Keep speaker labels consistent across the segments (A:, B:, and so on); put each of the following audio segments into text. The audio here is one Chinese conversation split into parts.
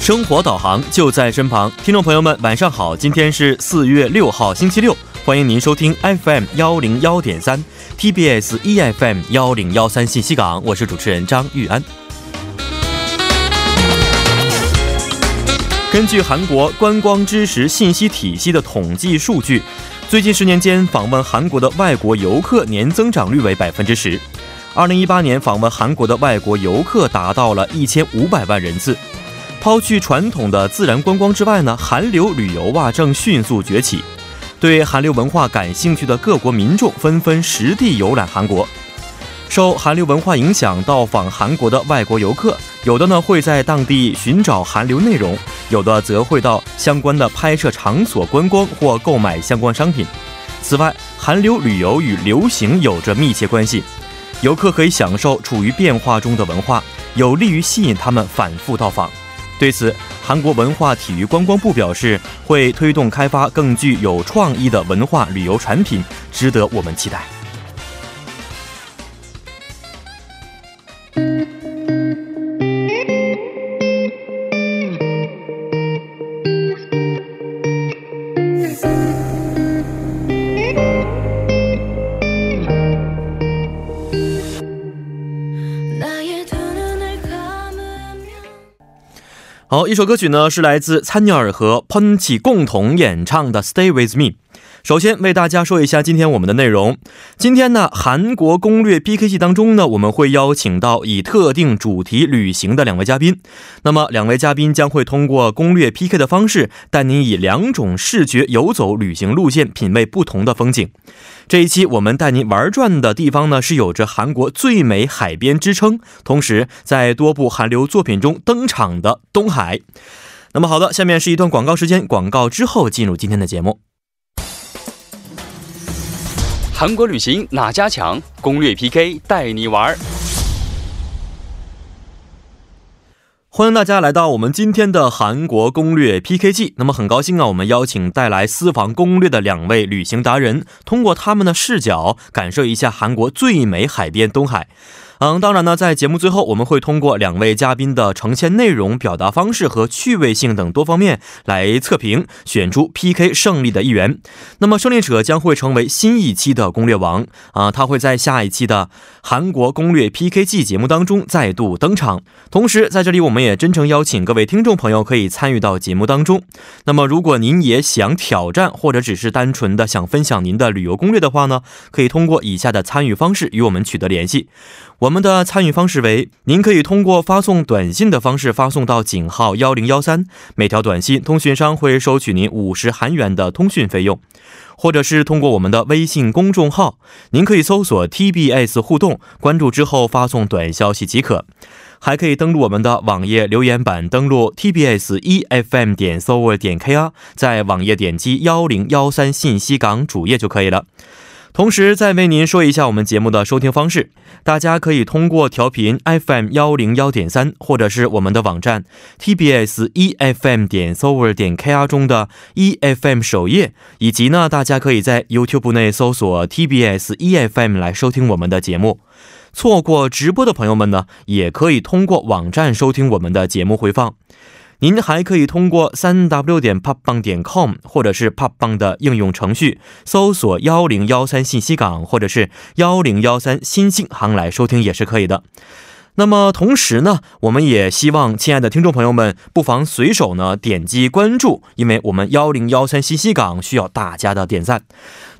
A: 生活导航就在身旁，听众朋友们，晚上好！今天是四月六号，星期六，欢迎您收听 FM 幺零幺点三 TBS EFM E 幺零幺三信息港，我是主持人张玉安。根据韩国观光知识信息体系的统计数据，最近十年间访问韩国的外国游客年增长率为百分之十。二零一八年访问韩国的外国游客达到了一千五百万人次。抛去传统的自然观光之外呢，韩流旅游啊正迅速崛起。对韩流文化感兴趣的各国民众纷纷实地游览韩国。受韩流文化影响，到访韩国的外国游客，有的呢会在当地寻找韩流内容，有的则会到相关的拍摄场所观光或购买相关商品。此外，韩流旅游与流行有着密切关系，游客可以享受处于变化中的文化，有利于吸引他们反复到访。对此，韩国文化体育观光部表示，会推动开发更具有创意的文化旅游产品，值得我们期待。好，一首歌曲呢是来自参鸟尔和 Punch 共同演唱的《Stay with Me》。首先为大家说一下今天我们的内容。今天呢，韩国攻略 PK 系当中呢，我们会邀请到以特定主题旅行的两位嘉宾。那么两位嘉宾将会通过攻略 PK 的方式，带您以两种视觉游走旅行路线，品味不同的风景。这一期我们带您玩转的地方呢，是有着韩国最美海边之称，同时在多部韩流作品中登场的东海。那么好的，下面是一段广告时间，广告之后进入今天的节目。
B: 韩国旅行哪家强？攻略 PK 带你玩儿。
A: 欢迎大家来到我们今天的韩国攻略 PK 季。那么很高兴啊，我们邀请带来私房攻略的两位旅行达人，通过他们的视角感受一下韩国最美海边东海。嗯，当然呢，在节目最后，我们会通过两位嘉宾的呈现内容、表达方式和趣味性等多方面来测评，选出 PK 胜利的一员。那么胜利者将会成为新一期的攻略王啊，他会在下一期的韩国攻略 PK 季节目当中再度登场。同时，在这里我们也真诚邀请各位听众朋友可以参与到节目当中。那么，如果您也想挑战，或者只是单纯的想分享您的旅游攻略的话呢，可以通过以下的参与方式与我们取得联系。我们的参与方式为：您可以通过发送短信的方式发送到井号幺零幺三，每条短信通讯商会收取您五十韩元的通讯费用；或者是通过我们的微信公众号，您可以搜索 TBS 互动，关注之后发送短消息即可。还可以登录我们的网页留言板，登录 tbs efm 点 s o v e r 点 kr，在网页点击幺零幺三信息港主页就可以了。同时，再为您说一下我们节目的收听方式，大家可以通过调频 FM 幺零幺点三，或者是我们的网站 TBS EFM E 点 s o v e r 点 KR 中的 EFM 首页，以及呢，大家可以在 YouTube 内搜索 TBS EFM E 来收听我们的节目。错过直播的朋友们呢，也可以通过网站收听我们的节目回放。您还可以通过三 w 点 popbang 点 com 或者是 popbang 的应用程序搜索幺零幺三信息港或者是幺零幺三新信行来收听也是可以的。那么同时呢，我们也希望亲爱的听众朋友们，不妨随手呢点击关注，因为我们幺零幺三信息港需要大家的点赞。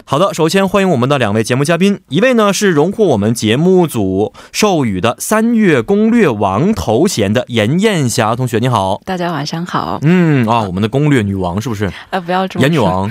A: 好的，首先欢迎我们的两位节目嘉宾，一位呢是荣获我们节目组授予的“三月攻略王”头衔的严艳霞同学，你好。
C: 大家晚上好。
A: 嗯啊，我们的攻略女王是不是？
C: 呃，不要这么
A: 严女
C: 说，
A: 王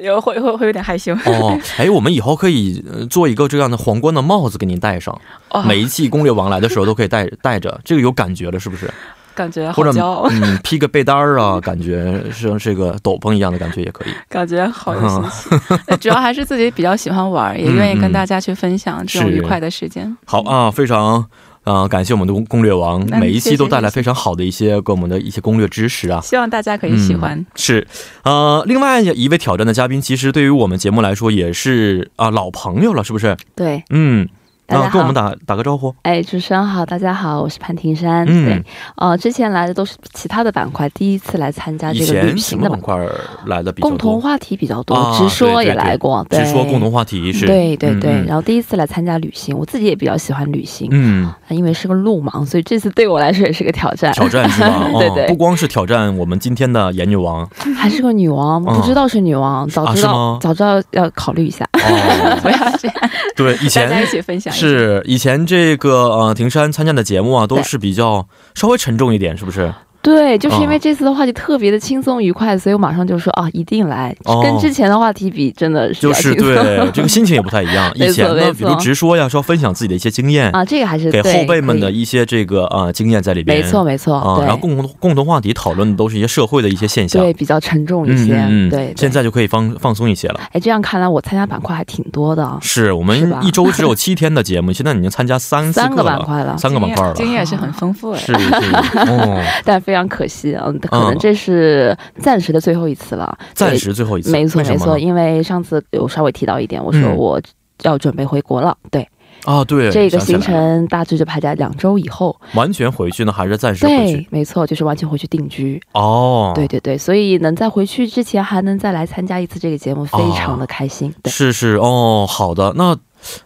C: 有会会会有点害羞。
A: 哦，哎，我们以后可以呃做一个这样的皇冠的帽子给您戴上，
C: 哦
A: 每一季攻略王来的时候都可以戴戴 着，这个有感觉了是不是？
C: 感觉好
A: 或者
C: 骄傲，
A: 嗯披个被单儿啊，感觉像这个斗篷一样的感觉也可以。
C: 感觉好有信 心。呃主要还是自己比较喜欢玩，也愿意跟大家去分享这种
A: 嗯是
C: 愉快的时间。
D: 嗯
A: 好啊，非常。啊、感谢我们的攻攻略王，
C: 嗯
A: 每一期
C: 谢谢
A: 都带来非常好的一些给我们的一些攻略知识啊。
C: 希望大家可以喜欢。
A: 是，呃，另外一位挑战的嘉宾，其实对于我们节目来说也是啊、老朋友了，是不是？
C: 对，
A: 嗯，
D: 大家
A: 啊，
D: 好，
A: 跟我们打打个招呼。
D: 哎，主持人好，大家好，我是潘婷山。
A: 嗯
D: 对，呃，之前来的都是其他的板块，第一次来参加
A: 以
D: 啊这个
A: 前
D: 旅
A: 什
D: 行
A: 么
D: 的
A: 板
D: 板
A: 块儿来的比较
D: 共
A: 多？
D: 同话题比较多，
A: 啊
D: 直说
A: 对对
D: 也来过，对
A: 直说共同话题是，
D: 对对对、
A: 嗯
D: 然后第一次来参加旅行，我自己也比较喜欢旅行，啊
A: 嗯，
D: 因为是个路盲，所以这次对我来说也是个挑战。
A: 挑战是吧？
D: 对
A: 哦
D: 对
A: 不光是挑战我们今天的演女王
D: 还是个女王，
A: 嗯
D: 不知道是女王，早知
A: 是
D: 道、
A: 吗
D: 早知道要考虑一下。
A: 哦，
C: 不要这样，
A: 对，以
C: 大家
A: 前
C: 一起分享一下。
A: 是以前这个呃，庭山参加的节目啊，都
D: 对
A: 是比较稍微沉重一点，是不是？
D: 啊对，就是
A: 啊
D: 因为这次的话题特别的轻松愉快，所以我马上就说啊，一定来。
A: 哦
D: 跟之前的话题比，真的是
A: 就
D: 要轻
A: 是
D: 松。
A: 对 这个心情也不太一样。
D: 没错
A: 以前呢，
D: 没错
A: 比如直说呀，是要分享自己的一些经验，
D: 啊，这个还是
A: 给
D: 对
A: 后辈们的
D: 可以
A: 一些这个啊、呃经验在里边。
D: 没错没错，
A: 啊，
D: 对
A: 然后共同共同话题讨论的都是一些社会的一些现象。
D: 对比较沉重一
A: 嗯
D: 些，
A: 嗯嗯
D: 对。对
A: 现在就可以放放松一些了。
D: 哎，这样看来我参加板块还挺多的啊，
A: 是我
D: 是
A: 们
D: 吧
A: 一周只有七天的节目，现在已经参加三次
D: 三
A: 课
D: 个板
A: 了，
D: 块了，
A: 三个板块了。
C: 经验经验是很丰富哎。
A: 啊是是 哦，
D: 但非常可惜，嗯，可能这是暂时的最后一次了，
A: 暂时最后一次，
D: 对。没错
A: 为什
D: 没
A: 么
D: 错，
A: 呢
D: 因为上次有稍微提到一点，我说
A: 嗯
D: 我要准备回国了，对，
A: 啊，对，
D: 这个
A: 想起来
D: 行
A: 了
D: 程大致就排在两周以后，
A: 完全回去呢，还是暂时回去？
D: 对，没错，就是完全回去定居，
A: 哦，
D: 对对对，所以能在回去之前还能再来参加一次这个节目，非常的开心，
A: 哦
D: 对。
A: 是是哦，好的，那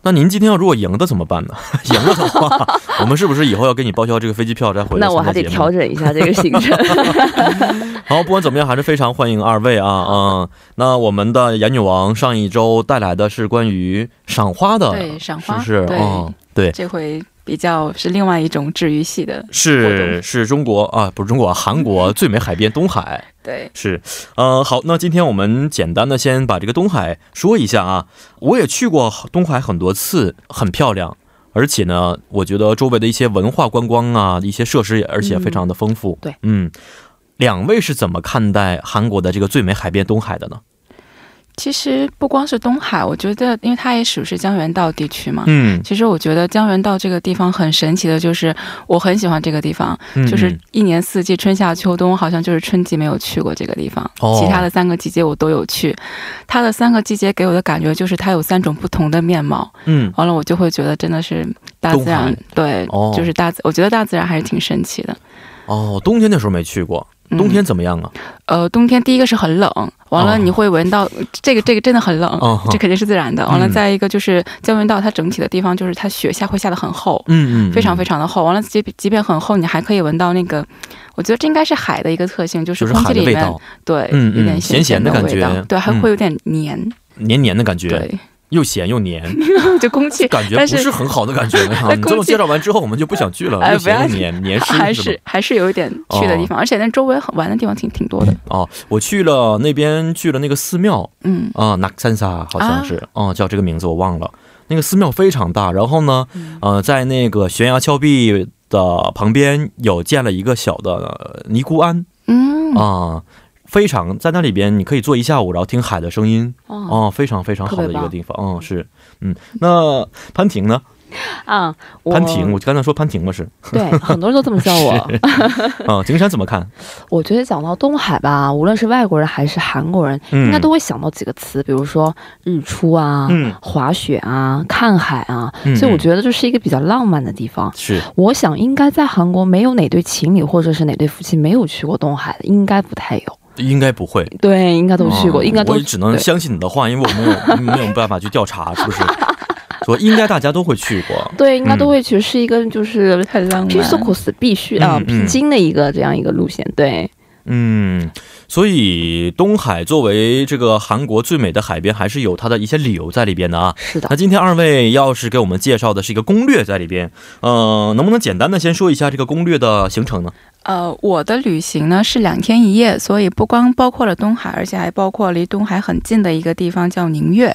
A: 那您今天要如果赢的怎么办呢？ 赢了的 话，我们是不是以后要给你报销这个飞机票再回来
D: 那我还
A: 参加节
D: 得
A: 目
D: 调整一下这个行程。
A: 好，不管怎么样，还是非常欢迎二位啊啊、嗯！那我们的演女王上一周带来的是关于赏花的，
C: 对赏花
A: 是不是？
C: 对
A: 嗯，对。
C: 这回比较是另外一种治愈系的，
A: 是是中国啊，不是中国，韩 国最美海边东海，
C: 对，
A: 是，呃，好，那今天我们简单的先把这个东海说一下啊。我也去过东海很多次，很漂亮，而且呢，我觉得周围的一些文化观光啊，一些设施也而且非常的丰富。
D: 对，
A: 嗯，两位是怎么看待韩国的这个最美海边东海的呢？
C: 其实不光是东海，我觉得，因为它也属是江原道地区嘛。
A: 嗯，
C: 其实我觉得江原道这个地方很神奇的，就是我很喜欢这个地方，
A: 嗯
C: 就是一年四季，春夏秋冬，好像就是春季没有去过这个地方，
A: 哦
C: 其他的三个季节我都有去。它的三个季节给我的感觉就是它有三种不同的面貌，
A: 嗯，
C: 完了我就会觉得真的是大
A: 东
C: 自然
A: 海，
C: 对，
A: 哦
C: 就是大自，我觉得大自然还是挺神奇的。
A: 哦，冬天的时候没去过，
C: 嗯
A: 冬天怎么样啊？
C: 呃，冬天第一个是很冷，完
A: 哦
C: 了你会闻到、这个这个真的很冷，
A: 哦
C: 这肯定是自然的。完了，
A: 嗯
C: 再一个就是江原道它整体的地方就是它雪下会下的很厚，
A: 嗯嗯，
C: 非常非
A: 常
C: 常的厚。完了，即即便很厚，你还可以闻到那个，我觉得这应该是海的一个特性，就
A: 就是
C: 空
A: 海
C: 气
A: 的
C: 里
A: 味
C: 面
A: 道，
C: 对，
A: 嗯嗯
C: 有点
A: 咸咸的
C: 的
A: 感
C: 味道
A: 觉
C: 对，还
A: 嗯
C: 会有点黏，
A: 黏黏的感觉，
C: 对，
A: 又咸又黏，
C: 就空气
A: 感觉不
C: 但是
A: 是很好的感觉呢。
C: 但
A: 你
C: 空
A: 这么
C: 气
A: 介绍完之后，我们就不想去了，
C: 哎
A: 又
C: 不要
A: 咸又黏黏湿
C: 还
A: 是哦吗
C: 是还是有一点去的地方，而且那周围很玩的地方挺挺多的，
A: 哦，我去了那边去了那个寺庙
C: 嗯，
A: 啊，那三沙好像是哦、叫这个名字我忘了。那个寺庙非常大，然后呢，呃，在那个悬崖峭壁的旁边有建了一个小的呃尼姑庵
C: 嗯
A: 啊、非常在那里边你可以坐一下午，然后听海的声音，
D: 哦
A: 哦，非常非常好的
D: 特
A: 一
D: 别棒
A: 个地方，嗯，是，嗯，那潘婷呢？
D: 啊，我
A: 潘婷， 我刚才说潘婷了是，
D: 对，很多人都这么叫我。
A: 啊、景山怎么看？
D: 我觉得讲到东海吧，无论是外国人还是韩国人，
A: 嗯，
D: 应该都会想到几个词，比如说日出啊、
A: 嗯
D: 滑雪啊、看海啊，
A: 嗯
D: 所以我
A: 嗯
D: 觉得这是一个比较浪漫的地方。
A: 是，
D: 我想应该在韩国没有哪对情侣或者是哪对夫妻没有去过东海的，应该不太有。
A: 应该不会，
D: 对，应该都去过，
A: 嗯
D: 应该都
A: 我只能
D: 对
A: 相信你的话，因为我没有没有办法去调 查，是不是？说应该大家都会去过。
D: 对，应该
A: 嗯
D: 都会去，是一个就是
C: 太浪漫
D: p i s c o s 必须啊
A: 嗯嗯
D: 必经的一个这样一个路线。对，
A: 嗯，所以东海作为这个韩国最美的海边，还是有它的一些理由在里边的啊。
D: 是的
A: 那。今天二位要是给我们介绍的是一个攻略在里边，呃，能不能简单的先说一下这个攻略的行程呢？
C: 呃，我的旅行呢是两天一夜，所以不光包括了东海，而且还包括离东海很近的一个地方叫宁越。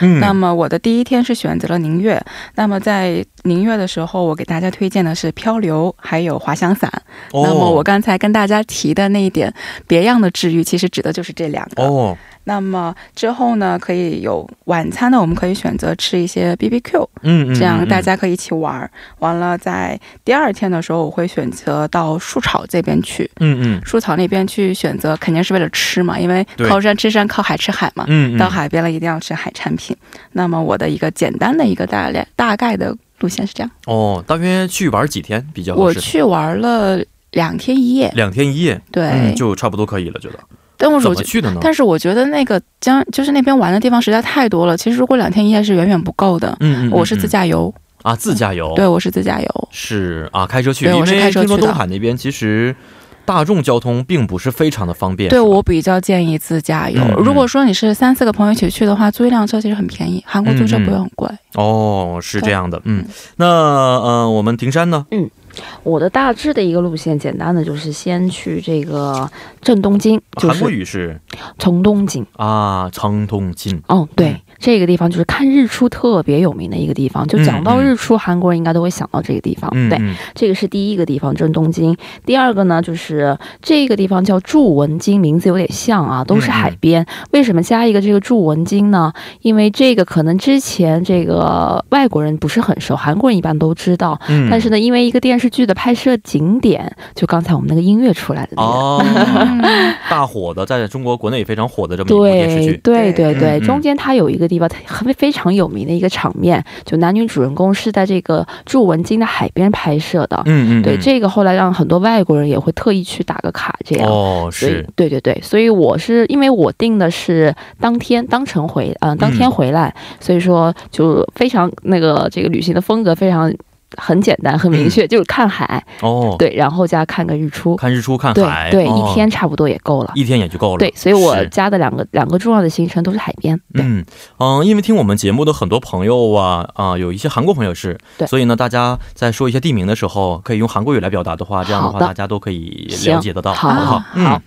A: 嗯
C: 那么我的第一天是选择了宁越。那么在宁越的时候，我给大家推荐的是漂流，还有滑翔伞。
A: 哦
C: 那么我刚才跟大家提的那一点别样的治愈，其实指的就是这两个。
A: 哦，
C: 那么之后呢，可以有晚餐呢，我们可以选择吃一些 B B Q，
A: 嗯嗯，
C: 这样
A: 嗯
C: 大家可以一起玩儿。完了，在第二天的时候，我会选择到树草这边去。
A: 嗯嗯
C: 树草那边去选择，肯定是为了吃嘛，因为
A: 对
C: 靠山吃山，靠海吃海嘛。
A: 嗯嗯，
C: 到海边了，一定要吃海产品。那么我的一个简单的一个大概大概的路线是这样。
A: 哦，大约去玩几天比较合
C: 我
A: 适？
C: 去玩了两天一夜，
A: 两天一夜，
C: 对，
A: 嗯，就差不多可以了，觉得。
C: 但我
A: 怎
C: 我
A: 么
C: 觉
A: 去的呢？
C: 但是我觉得那个江就是那边玩的地方实在太多了，其实如果两天一夜是远远不够的。
A: 嗯嗯，嗯
C: 我是自
A: 嗯
C: 驾游，
A: 啊，自驾游，
C: 对，我是自驾游，
A: 是啊，开车去，
C: 对
A: 因
C: 我是
A: 为
C: 开车
A: 听说
C: 去的
A: 东海那边其实大众交通并不是非常的方便。
C: 对
A: 是吧
C: 我比较建议自驾游
A: 嗯。嗯
C: 如果说你是三四个朋友一起去的话，租一辆车其实很便宜，韩国租车不会很贵。
A: 哦，是这
C: 对
A: 样的，嗯，那呃，我们停山呢？
D: 我的大致的一个路线，简单的就是先去这个正东京，就
A: 韩国
D: 是
A: 语是
D: 从东京。
A: 啊，长通津
D: 哦，对、
A: 嗯
D: 这个地方就是看日出特别有名的一个地方。就讲到
A: 嗯嗯
D: 日出，韩国人应该都会想到这个地方。
A: 嗯
D: 对，
A: 嗯
D: 这个是第一个地方，正东京。第二个呢，就是这个地方叫筑文京，名字有点像啊，都
A: 嗯
D: 是海边。为什么加一个这个筑文京呢？因为这个可能之前这个外国人不是很熟，韩国人一般都知道。
A: 嗯，
D: 但是呢，因为一个电视剧的拍摄景点，就刚才我们那个音乐出来的那个。
A: 哦，
C: 嗯
A: 大火的，在中国国内也非常火的这么一部电视
D: 对
A: 剧，
D: 对
C: 对
D: 对对，
A: 嗯嗯
D: 中间它有一个地方很非常有名的一个场面，就男女主人公是在这个筑文京的海边拍摄的。
A: 嗯嗯，
D: 对，
A: 嗯
D: 这个后来让很多外国人也会特意去打个卡，这样。
A: 哦
D: 所以
A: 是，
D: 对对对，所以我是因为我定的是当天当程回，嗯、当天回来，所以说就非常那个这个旅行的风格非常很简单很明确，就是看海，
A: 嗯哦，
D: 对，然后加看个日出，
A: 看日出看
D: 对
A: 海，
D: 对，
A: 哦
D: 一天差不多也够了。
A: 一天也就够了，
D: 对，所以我
A: 是
D: 加的两个两个重要的行程都是海边。对，
A: 嗯嗯，因为听我们节目的很多朋友啊啊、有一些韩国朋友是，
D: 对
A: 所以呢，大家在说一些地名的时候，可以用韩国语来表达的话，这样的话
D: 好的
A: 大家都可以
D: 行
A: 了解得到，
D: 好
A: 不好
C: 啊？
A: 嗯
D: 好，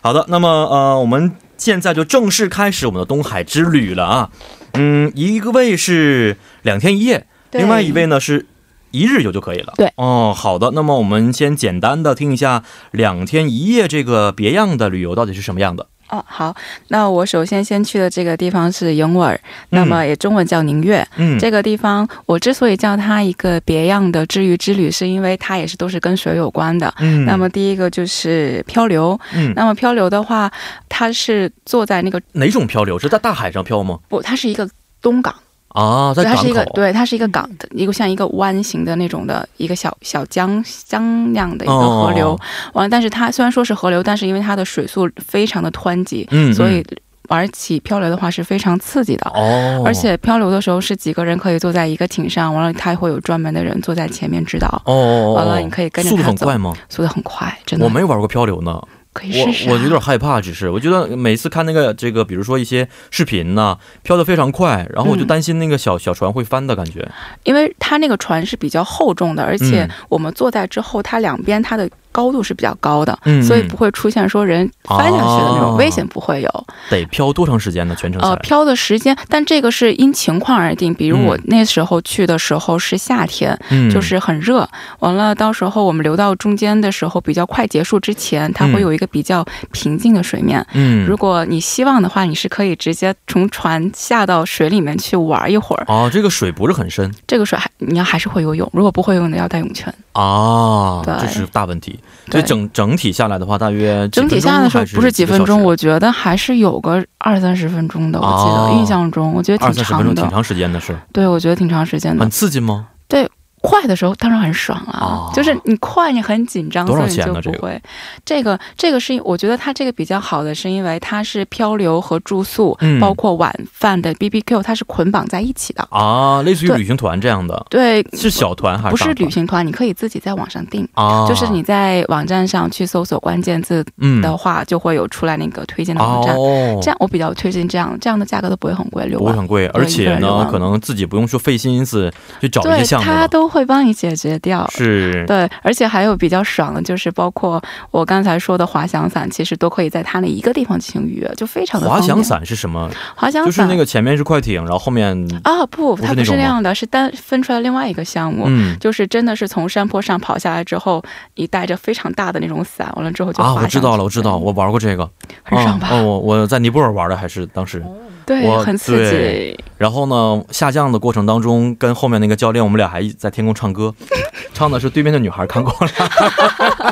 A: 好的。那么呃，我们现在就正式开始我们的东海之旅了啊。嗯，一个位是两天一夜，
C: 对
A: 另外一位呢是。一日游就可以了。
D: 对
A: 哦，好的。那么我们先简单的听一下两天一夜这个别样的旅游到底是什么样的。
C: 哦，好，那我首先先去的这个地方是永尔，那
A: 嗯
C: 么也中文叫宁越。
A: 嗯，
C: 这个地方我之所以叫它一个别样的治愈之旅，是因为它也是都是跟水有关的。
A: 嗯，
C: 那么第一个就是漂流，
A: 嗯，
C: 那么漂流的话，它是坐在那个
A: 哪种漂流？是在大海上漂吗？
C: 不，它是一个东港，
A: 啊，在
C: 它
A: 港口，
C: 是一个对，它是一个港，一个像一个弯形的那种的一个小小江江那样的一个河流。
A: 哦
C: 完了，但是它虽然说是河流，但是因为它的水速非常的湍急，
A: 嗯，嗯
C: 所以玩起漂流的话是非常刺激的。
A: 哦，
C: 而且漂流的时候是几个人可以坐在一个艇上，完了他会有专门的人坐在前面指导，
A: 哦哦，哦
C: 完了你可以跟着
A: 速度
C: 他
A: 很
C: 走
A: 快吗？
C: 速度很快，真的。
A: 我没玩过漂流呢，
C: 可以试试、
A: 我
C: 啊。
A: 我有点害怕，只是我觉得每次看那个这个，比如说一些视频呐、飘得非常快，然后我就
C: 嗯
A: 担心那个小、小船会翻的感觉。
C: 因为它那个船是比较厚重的，而且
A: 嗯
C: 我们坐在之后，它两边它的高度是比较高的，
A: 嗯，
C: 所以不会出现说人翻下去的那
A: 哦
C: 种危险，不会有。
A: 得漂多长时间呢？全程下来
C: 呃，漂的时间，但这个是因情况而定。比如我
A: 嗯
C: 那时候去的时候是夏天，
A: 嗯，
C: 就是很热。完了，到时候我们流到中间的时候，比较快结束之前，它会有一个比较平静的水面。
A: 嗯，
C: 如果你希望的话，你是可以直接从船下到水里面去玩一会儿。
A: 哦，这个水不是很深
C: 这个水还你要还是会游泳，如果不会游泳的要带泳圈。
A: 啊，
C: 对
A: 这是大问题。所
C: 对
A: 以整整体下来的话，大约几
C: 整体
A: 分钟
C: 下来的时候
A: 还
C: 不是几分钟，
A: 个小时
C: 我觉得还是有个二三十分钟的，我记得、
A: 哦
C: 印象中，我觉得
A: 二三
C: 挺
A: 十分钟
C: 长
A: 挺
C: 的。嗯
A: 长时间的是，
C: 对，我觉得挺长时间的
A: 很。刺激吗？
C: 快的时候当然很爽了、
A: 哦
C: 就是你快，你很紧张，
A: 多
C: 所
A: 少
C: 以你
A: 钱啊
C: 就
A: 呢
C: 不会。这个这个是我觉得它这个比较好的，是因为它是漂流和住宿，
A: 嗯
C: 包括晚饭的 B B Q，它是捆绑在一起的。
A: 啊，类似于
C: 对
A: 旅行团这样的，
C: 对，
A: 是小团还
C: 不
A: 是大
C: 是
A: 团
C: 旅行团，你可以自己在网上订。
A: 啊？
C: 就是你在网站上去搜索关键字
A: 嗯
C: 的话，就会有出来那个推荐的网站。
A: 哦，
C: 这样我比较推荐这样，这样的价格都不会很贵，六
A: 不会
C: 万。
A: 很贵，
C: 对
A: 而且
C: 一个人就完
A: 呢，
C: 了
A: 可能自己不用说费心思去找一
C: 对
A: 些，项目
C: 他
A: 了，
C: 都会帮你解决掉。
A: 是
C: 对，而且还有比较爽的，就是包括我刚才说的滑翔伞，其实都可以在它那一个地方进行预约，就非常的
A: 滑
C: 方便
A: 翔，伞是什么？
C: 滑翔
A: 就
C: 伞
A: 是那个前面是快艇，然后后面
C: 啊，不，
A: 不是
C: 它
A: 那
C: 不
A: 种
C: 是那样的，是单分出来另外一个项目。
A: 嗯
C: 就是真的是从山坡上跑下来之后，你带着非常大的那种伞，完了之后就
A: 啊，
C: 滑
A: 我知道
C: 上
A: 了，我
C: 去
A: 知道，我玩过这个，
C: 很爽吧？
A: 啊哦，我我在尼泊尔玩的，还是当时。
C: 对
A: 我，
C: 很刺
A: 对
C: 激。
A: 然后呢，下降的过程当中，跟后面那个教练，我们俩还在天空唱歌，唱的是对面的女孩看过来，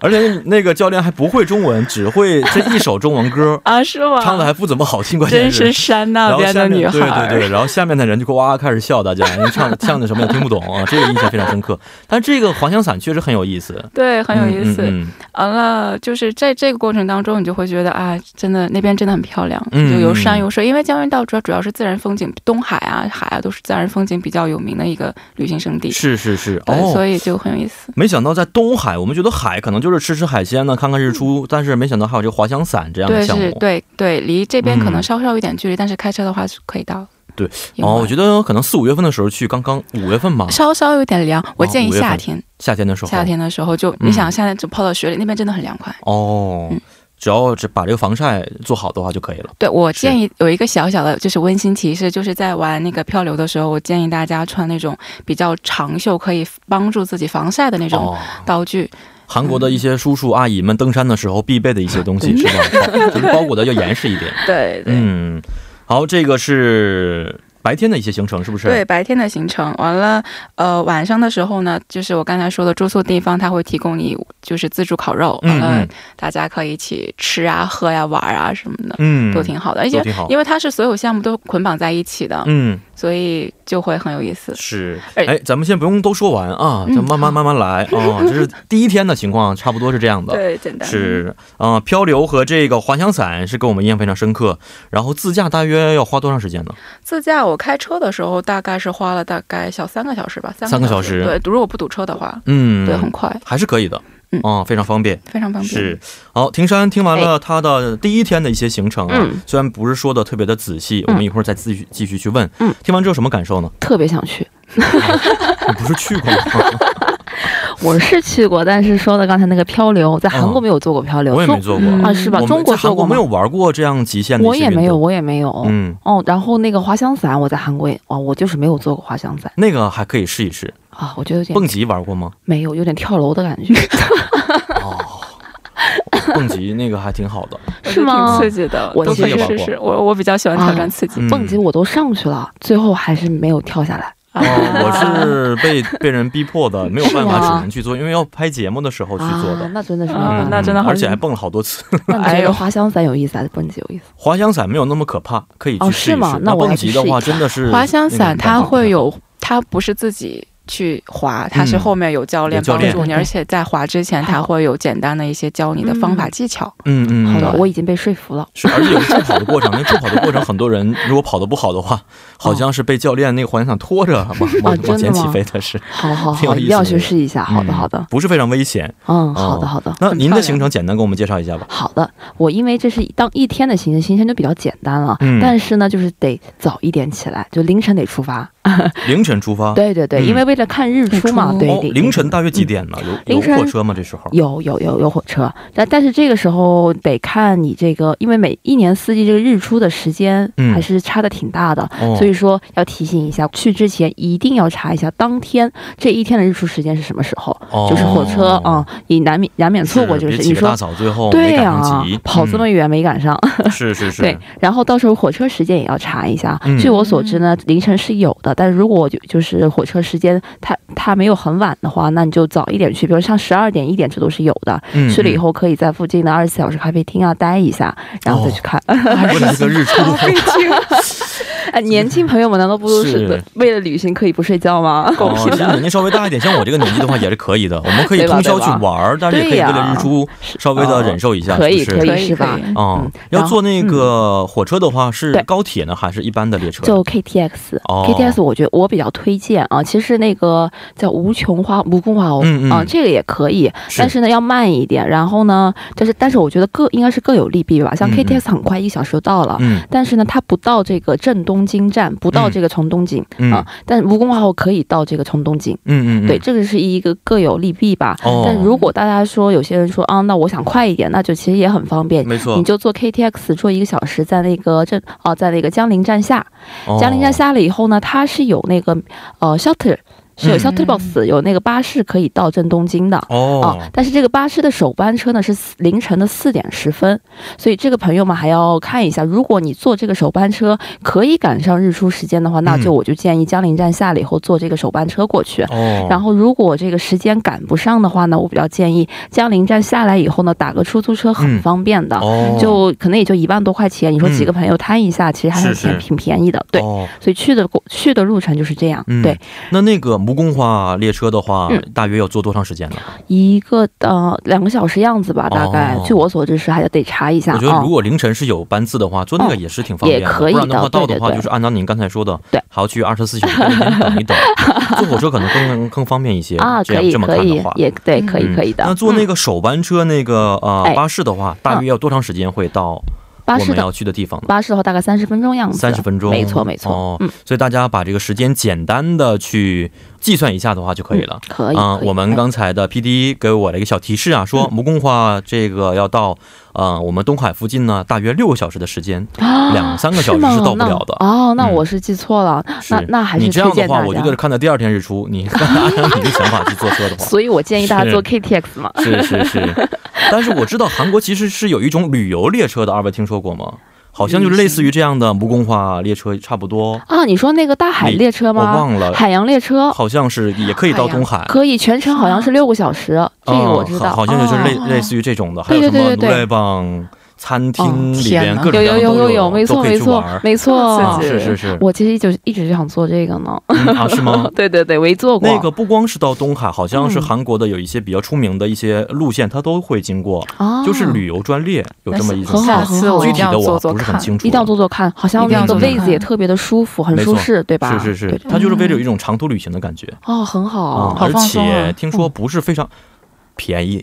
A: 而且那个教练还不会中文，只会这一首中文歌，
C: 啊，是吗？
A: 唱的还不怎么好听，关键
C: 真是山那
A: 然后
C: 边
A: 下
C: 的
A: 面
C: 女孩儿，
A: 对对对，然后下面的人就呱哇开始笑，大家因为唱唱的什么也听不懂啊，这个印象非常深刻。但这个滑翔伞确实很有意思，
C: 对很有意思。
A: 嗯嗯
C: 完了，就是在这个过程当中，你就会觉得啊，真的那边真的很漂亮，
A: 嗯
C: 就有山有水。因为江原道主要主要是自然风景，东海啊海啊都是自然风景比较有名的一个旅行胜地
A: 嗯，是是是，
C: 对，
A: 哦。
C: 所以就很有意思。
A: 没想到在东海，我们觉得海可能就是吃吃海鲜呢，看看日出，但是没想到还有这个滑翔伞这样的
C: 嗯对，
A: 项目
C: 是，。对对，离这边可
A: 嗯
C: 能稍稍有一点距离，但是开车的话是可以到。
A: 对，
C: 因为
A: 哦，我觉得可能四五月份的时候去，刚刚五月份嘛，
C: 稍稍有点凉，我建议
A: 五月份
C: 夏天，
A: 夏天的时候，
C: 夏天的时候就、
A: 嗯
C: 你想夏天只泡到雪里，那边真的很凉快。
A: 哦，
C: 嗯
A: 只要只把这个防晒做好的话就可以了。
C: 对我建议有一个小小的，就是温馨提示，就是在玩那个漂流的时候，我建议大家穿那种比较长袖，可以帮助自己防晒的那种
A: 哦，
C: 道具。
A: 韩国的一些叔叔阿姨们登山的时候必备的一些东西是吧？就是包裹的要严实一点。
C: 对对、
A: 嗯，好，这个是白天的一些行程，是不是？
C: 对，，白天的行程完了，呃，晚上的时候呢，就是我刚才说的住宿地方，它会提供你就是自助烤肉，
A: 嗯
C: 完了
A: 嗯
C: 大家可以一起吃啊、喝呀、玩啊什么的。
A: 嗯，
C: 都挺好的，而
A: 都
C: 且
A: 挺好
C: 因为它是所有项目都捆绑在一起的，
A: 嗯，
C: 所以就会很有意思。
A: 是，
C: 哎
A: 哎，咱们先不用都说完啊，
C: 嗯
A: 咱慢慢慢慢来啊。这是第一天的情况，差不多是这样的。
C: 对，简单
A: 是啊、漂流和这个滑翔伞是给我们印象非常深刻。然后自驾大约要花多长时间呢？
C: 自驾，我开车的时候大概是花了大概小三个小时吧，
A: 三
C: 三
A: 个
C: 个
A: 小
C: 小
A: 时
C: 对，如果不堵车的话，
A: 嗯，
C: 对，很快，
A: 还是可以的，
C: 嗯
A: 啊，非常方便。
C: 非常方便。
A: 是，好，庭山听完了他的第一天的一些行程啊，
D: 哎嗯
A: 虽然不是说的特别的仔细，我们一会儿再继续继续去问。
D: 嗯，
A: 听完之后什么感受呢？
D: 特别想去。
A: 你不是去过吗？
D: 我是去过，但是说的刚才那个漂流，在韩国没有做过漂流，
A: 哦我也没
D: 中
A: 做过，
C: 嗯
D: 啊，是吧？
A: 我
D: 中
A: 们
D: 国
A: 在
D: 做
A: 韩
D: 过
A: 国
D: 吗
A: 没有？玩过这样极限的一
D: 我
A: 些运
D: 也
A: 动，
D: 没有，我也没有。
A: 嗯，
D: 哦，然后那个滑翔伞，我在韩国也哦，我就是没有做过滑翔伞
A: 那个还可以试一试。
D: 啊，我觉得有
A: 蹦
D: 点
A: 极玩过吗？
D: 没有，有点跳楼的感觉，
A: 哦，蹦极那个还挺好的，
C: 我觉
D: 是
C: 得
D: 吗
C: 挺刺激的，
D: 我
C: 都可以
A: 也玩
C: 试
A: 过
C: 试。我我比较喜欢挑战刺激。
A: 嗯
D: 蹦极我都上去了，最后还是没有跳下来
C: 啊
A: 哦，我是被被人逼迫的，没有办法，
D: 是吗
A: 只能去做，因为要拍节目的时候去做
D: 啊
A: 的。，
D: 那真的是没有
C: 啊
D: 办法。
C: 那真的
A: 嗯
C: 好
A: 而且还蹦了好多次。
D: 那你
C: 哎
D: 觉
C: 呦
D: 得滑翔伞有意思还是蹦极有意思？
A: 滑翔伞没有那么可怕，可以去试
D: 哦
A: 一
D: 是
A: 试。
D: 吗
A: 那
D: 那我
A: 蹦
D: 要去
A: 极的话，
D: 试一
A: 真的是
C: 滑翔伞它会
A: 有
C: 有，它不是自己。去滑，它是
A: 嗯
C: 后面有教练
A: 有教
C: 帮
A: 练嗯
C: 助你，
D: 对
C: 而且在滑之前，它会有简单的一些教你的方法
D: 嗯
C: 技巧。
A: 嗯嗯，嗯
D: 好的，我已经被说服 了。
A: 是，而且有助跑的过程，那助跑的过程，很多人如果跑得不好的话，好像是被教练那个滑翔伞拖 着往往
D: 哦啊真的
A: 往前起
D: 吗
A: 飞的是，
D: 好好
A: 挺有
D: 好，
A: 意思
D: 一定要
A: 的
D: 去试一下。好的，好的
A: 嗯，不是非常危险。
D: 嗯，好
A: 哦
D: 的，好的。
A: 那
C: 很
A: 您
C: 漂
A: 的
C: 亮
A: 行程简单给我们介绍一下吧。
D: 好的，我因为这是当一天的行程，行程就比较简单了。
A: 嗯
D: 但是呢，就是得早一点起来，就凌晨得出发。
A: 凌晨出发，
D: 对对对，
A: 嗯
D: 因为为了看日出嘛，
C: 日出
D: 对，
A: 哦
D: 得，
A: 凌晨大约几点呢？有有
D: 凌晨
A: 货车吗？这时候？
D: 有有有有火车，但但是这个时候得看你这个，因为每一年四季这个日出的时间
A: 嗯
D: 还是差的挺大的，
A: 哦
D: 所以说要提醒一下，去之前一定要查一下当天这一天的日出时间是什么时候，
A: 哦
D: 就是火车啊、嗯你难免难免错过这个
A: 是
D: 事。
A: 别起
D: 你
A: 个大
D: 说
A: 早，最后
D: 对
A: 没赶
D: 呀、
A: 上急，
D: 跑这么远没赶上，
A: 嗯是是是，
D: 对，然后到时候火车时间也要查一下。
A: 嗯
D: 据我所知呢，凌晨是有的，但是如果就就是火车时间它它没有很晚的话，那你就早一点去，比如像十二点、一点这都是有的。
A: 嗯
D: 去了以，后可以在附近的二十四小时咖啡厅啊待一下，然后再去看。
A: 嗯为了这个日出，
D: 哎，年轻朋友们难道不都
A: 是
D: 是的为了旅行可以不睡觉吗？
A: 哦，其实年纪稍微大一点，像我这个年纪的话也是可以的，我们可以
D: 对吧
A: 通宵去
D: 对吧
A: 玩儿，但是也可以
D: 对
A: 为
D: 呀哦
A: 了日出稍微的忍受一下，
D: 可以
A: 是不
D: 可
A: 是？
C: 可
D: 以
C: 以
D: 是
C: 可
D: 吧
C: 以？
A: 哦
D: 嗯，
A: 要
D: 然后
A: 坐那个火车的话是
D: 对
A: 高铁呢，还是一般的列车？
D: 就 KTX，KTX、
A: 哦
D: KTX 我觉得我比较推荐啊。其实那个叫无穷花无穷花哦，
A: 嗯嗯
D: 啊，这个也可以，
A: 是
D: 但是呢要慢一点。然后呢，就是但是我觉得各应该是各有利弊吧。像
A: 嗯嗯
D: KTX 很快一个小时就到了。
A: 嗯
D: 但是呢，它不到这个正东京站，不到
A: 嗯
D: 这个从东京、
A: 嗯
D: 啊，但是蜈蚣花后可以到这个从东京，
A: 嗯嗯，嗯
D: 对，，这个是一个各有利弊吧。
A: 哦
D: 但如果大家说有些人说啊，那我想快一点，那就其实也很方便。
A: 没错
D: 你，就坐 KTX 坐一个小时，在那个镇哦、在那个江陵站下，江陵站
A: 哦
D: 下了以后呢，它是有那个呃 shuttle，是有 shuttle
C: 嗯
D: bus 有那个巴士可以到镇东京的。
A: 哦
D: 啊，但是这个巴士的首班车呢是四凌晨的四点十分，所以这个朋友们还要看一下，如果你坐这个首班车可以赶上日出时间的话，那就我就建议江陵站下了以后坐这个首班车过去。
A: 嗯哦，
D: 然后，如果这个时间赶不上的话呢，我比较建议江陵站下来以后呢，打个出租车很
A: 嗯
D: 方便的，
A: 哦
D: 就可能也就一万多块钱。你说几个朋友摊一下，其实还很
A: 是是
D: 便挺便宜的。对，
A: 哦
D: 所以去的过去的路程就是这样。
A: 嗯
D: 对，
A: 那那个蜈蚣花列车的话、
D: 嗯
A: 大约要坐多长时间呢？
D: 一个呃两个小时样子吧，大概。
A: 哦
D: 据我所知是还得查一下
A: 我觉得如
D: 啊。哦
A: 果凌晨是有班次的话，坐那个也是挺方便的，
D: 也可以
A: 不
D: 的
A: 然的话到的话
D: 对对对
A: 就是按照您刚才说的，
D: 对
A: 还要去二十四小时那边等一 等，坐火车可能更更方便一些
D: 啊，
A: 这
D: 可
A: 样
D: 以
A: 这么
D: 可
A: 看
D: 以
A: 的话，。
D: 也对，
C: 嗯
D: 可以可以的。
A: 那坐那个首班车那个呃
D: 哎啊
A: 巴士的话，大约要多长时间会到
D: 巴
A: 我
D: 士
A: 们
D: 的
A: 要去的地方呢？
D: 巴士的话大概三十分钟样子，
A: 三十分钟，
D: 没错没错，
A: 哦
D: 嗯，
A: 所以大家把这个时间简单的去计算一下的话就可以了。
D: 可以。
A: 嗯、
D: 可以
A: 我们
D: 可以嗯
A: 刚才的 P D 给我了一个小提示啊，说蜈蚣花这个要到呃我们东海附近呢，大约六个小时的时间，两三个小时
D: 啊吗
A: 是到不了的
D: 那哦，那
A: 嗯
D: 我是记错了，那
A: 是
D: 那还是
A: 你这
D: 推
A: 样的
D: 荐大
A: 话，
D: 家。
A: 我觉得看到第二天日出，你 按照你的想法去坐车的话。
D: 所以我建议大家坐
A: 是
D: KTX 嘛。
A: 是是是，但是我知道韩国其实是有一种旅游列车的，二位听说过吗？好像就是类似于这样的蜈蚣花列车差不多，
D: 啊，你说那个大海列车吗？
A: 我忘了
D: 海洋列车
A: 好像是也可以到东海，
D: 可以全程好像是六个小时，这个我知道。啊
A: 嗯好好像就是类、
C: 哦
A: 类似于这种的，还
D: 对
A: 有什
D: 对
A: 么
D: 对对
A: 如
D: 对
A: 来棒餐厅
C: 哦
A: 里
C: 天
A: 边
C: 哪
A: 各种
D: 有
A: 各样
D: 有
A: 的
D: 有
A: 都
D: 有有，没
A: 都
D: 错
A: 可以
D: 没
A: 去
D: 错
A: 玩
D: 没错
A: 啊，
C: 刺激
A: 是是是，
D: 我其实一直一直就想做这个呢。
A: 嗯啊是吗
D: ？对对对，我也做过。
A: 那个不光是到东海，好像是
D: 嗯
A: 韩国的有一些比较出名的一些路线，它都会经过，
D: 啊，
A: 就是旅游专列有这么一种
D: 很
A: 项
D: 好
A: 目。
C: 下次我
A: 具
C: 一
A: 体
C: 定
A: 的
C: 要
A: 我
C: 做做
A: 不是很
C: 看。
A: 清楚，
D: 一定要坐坐看，好像
C: 一定
D: 那个
C: 要坐坐
D: 位
C: 看
D: 子也特别的舒服，很
A: 没错
D: 舒适，对吧？
A: 是是
D: 对嗯
A: 是，它就是为了有一种长途旅行的感觉
D: 哦，很
A: 啊、
D: 好，
C: 好
A: 而
C: 放松啊
A: 且听
D: 嗯
A: 说不是非常便宜，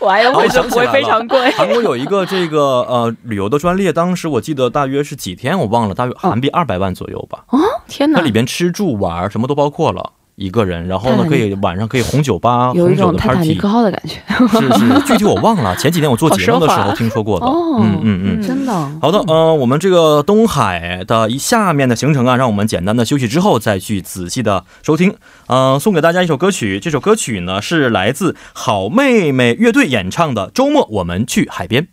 D: 我还
A: 哦我想起来了
D: 贵。
A: 韩国有一个这个呃旅游的专列，当时我记得大约是几天，我忘了，
D: 哦
A: 大约韩币二百万左右吧。
C: 天
A: 它
C: 哪
A: 里！边吃住玩什么都包括了。一个人，然后
D: 泰
A: 呢，
D: 坦尼
A: 可以晚上可以红酒吧、
D: 有
A: 红
D: 一
A: 酒
D: 种
A: 啊的
D: 泰坦尼
A: party，
D: 克号的感觉，
A: 是是，具体我忘了。前几天我做节目的时
D: 好奢
A: 候
D: 华
A: 听说过的，
D: 哦
A: 嗯嗯嗯。
D: 真的。
A: 好的，呃，我们这个东海的一下面的行程啊，让我们简单的休息之后再去仔细的收听。呃，送给大家一首歌曲，这首歌曲呢是来自好妹妹乐队演唱的《周末我们去海边》。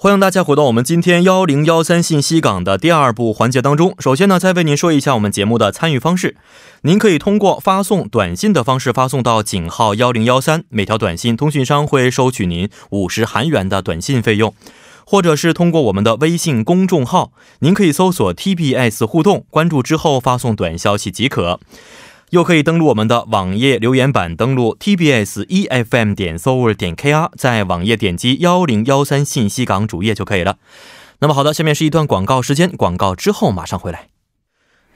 A: 欢迎大家回到我们今天幺零幺三信息港的第二部环节当中。首先呢，再为您说一下我们节目的参与方式。您可以通过发送短信的方式发送到井号幺零幺三，每条短信通讯商会收取您五十韩元的短信费用。或者是通过我们的微信公众号，您可以搜索 TBS 互动，关注之后发送短消息即可。又可以登录我们的网页留言板，登录 tbs efm E 点 s o u r 点 kr，在网页点击幺零幺三信息港主页就可以了。那么好的，下面是一段广告时间，广告之后马上回来。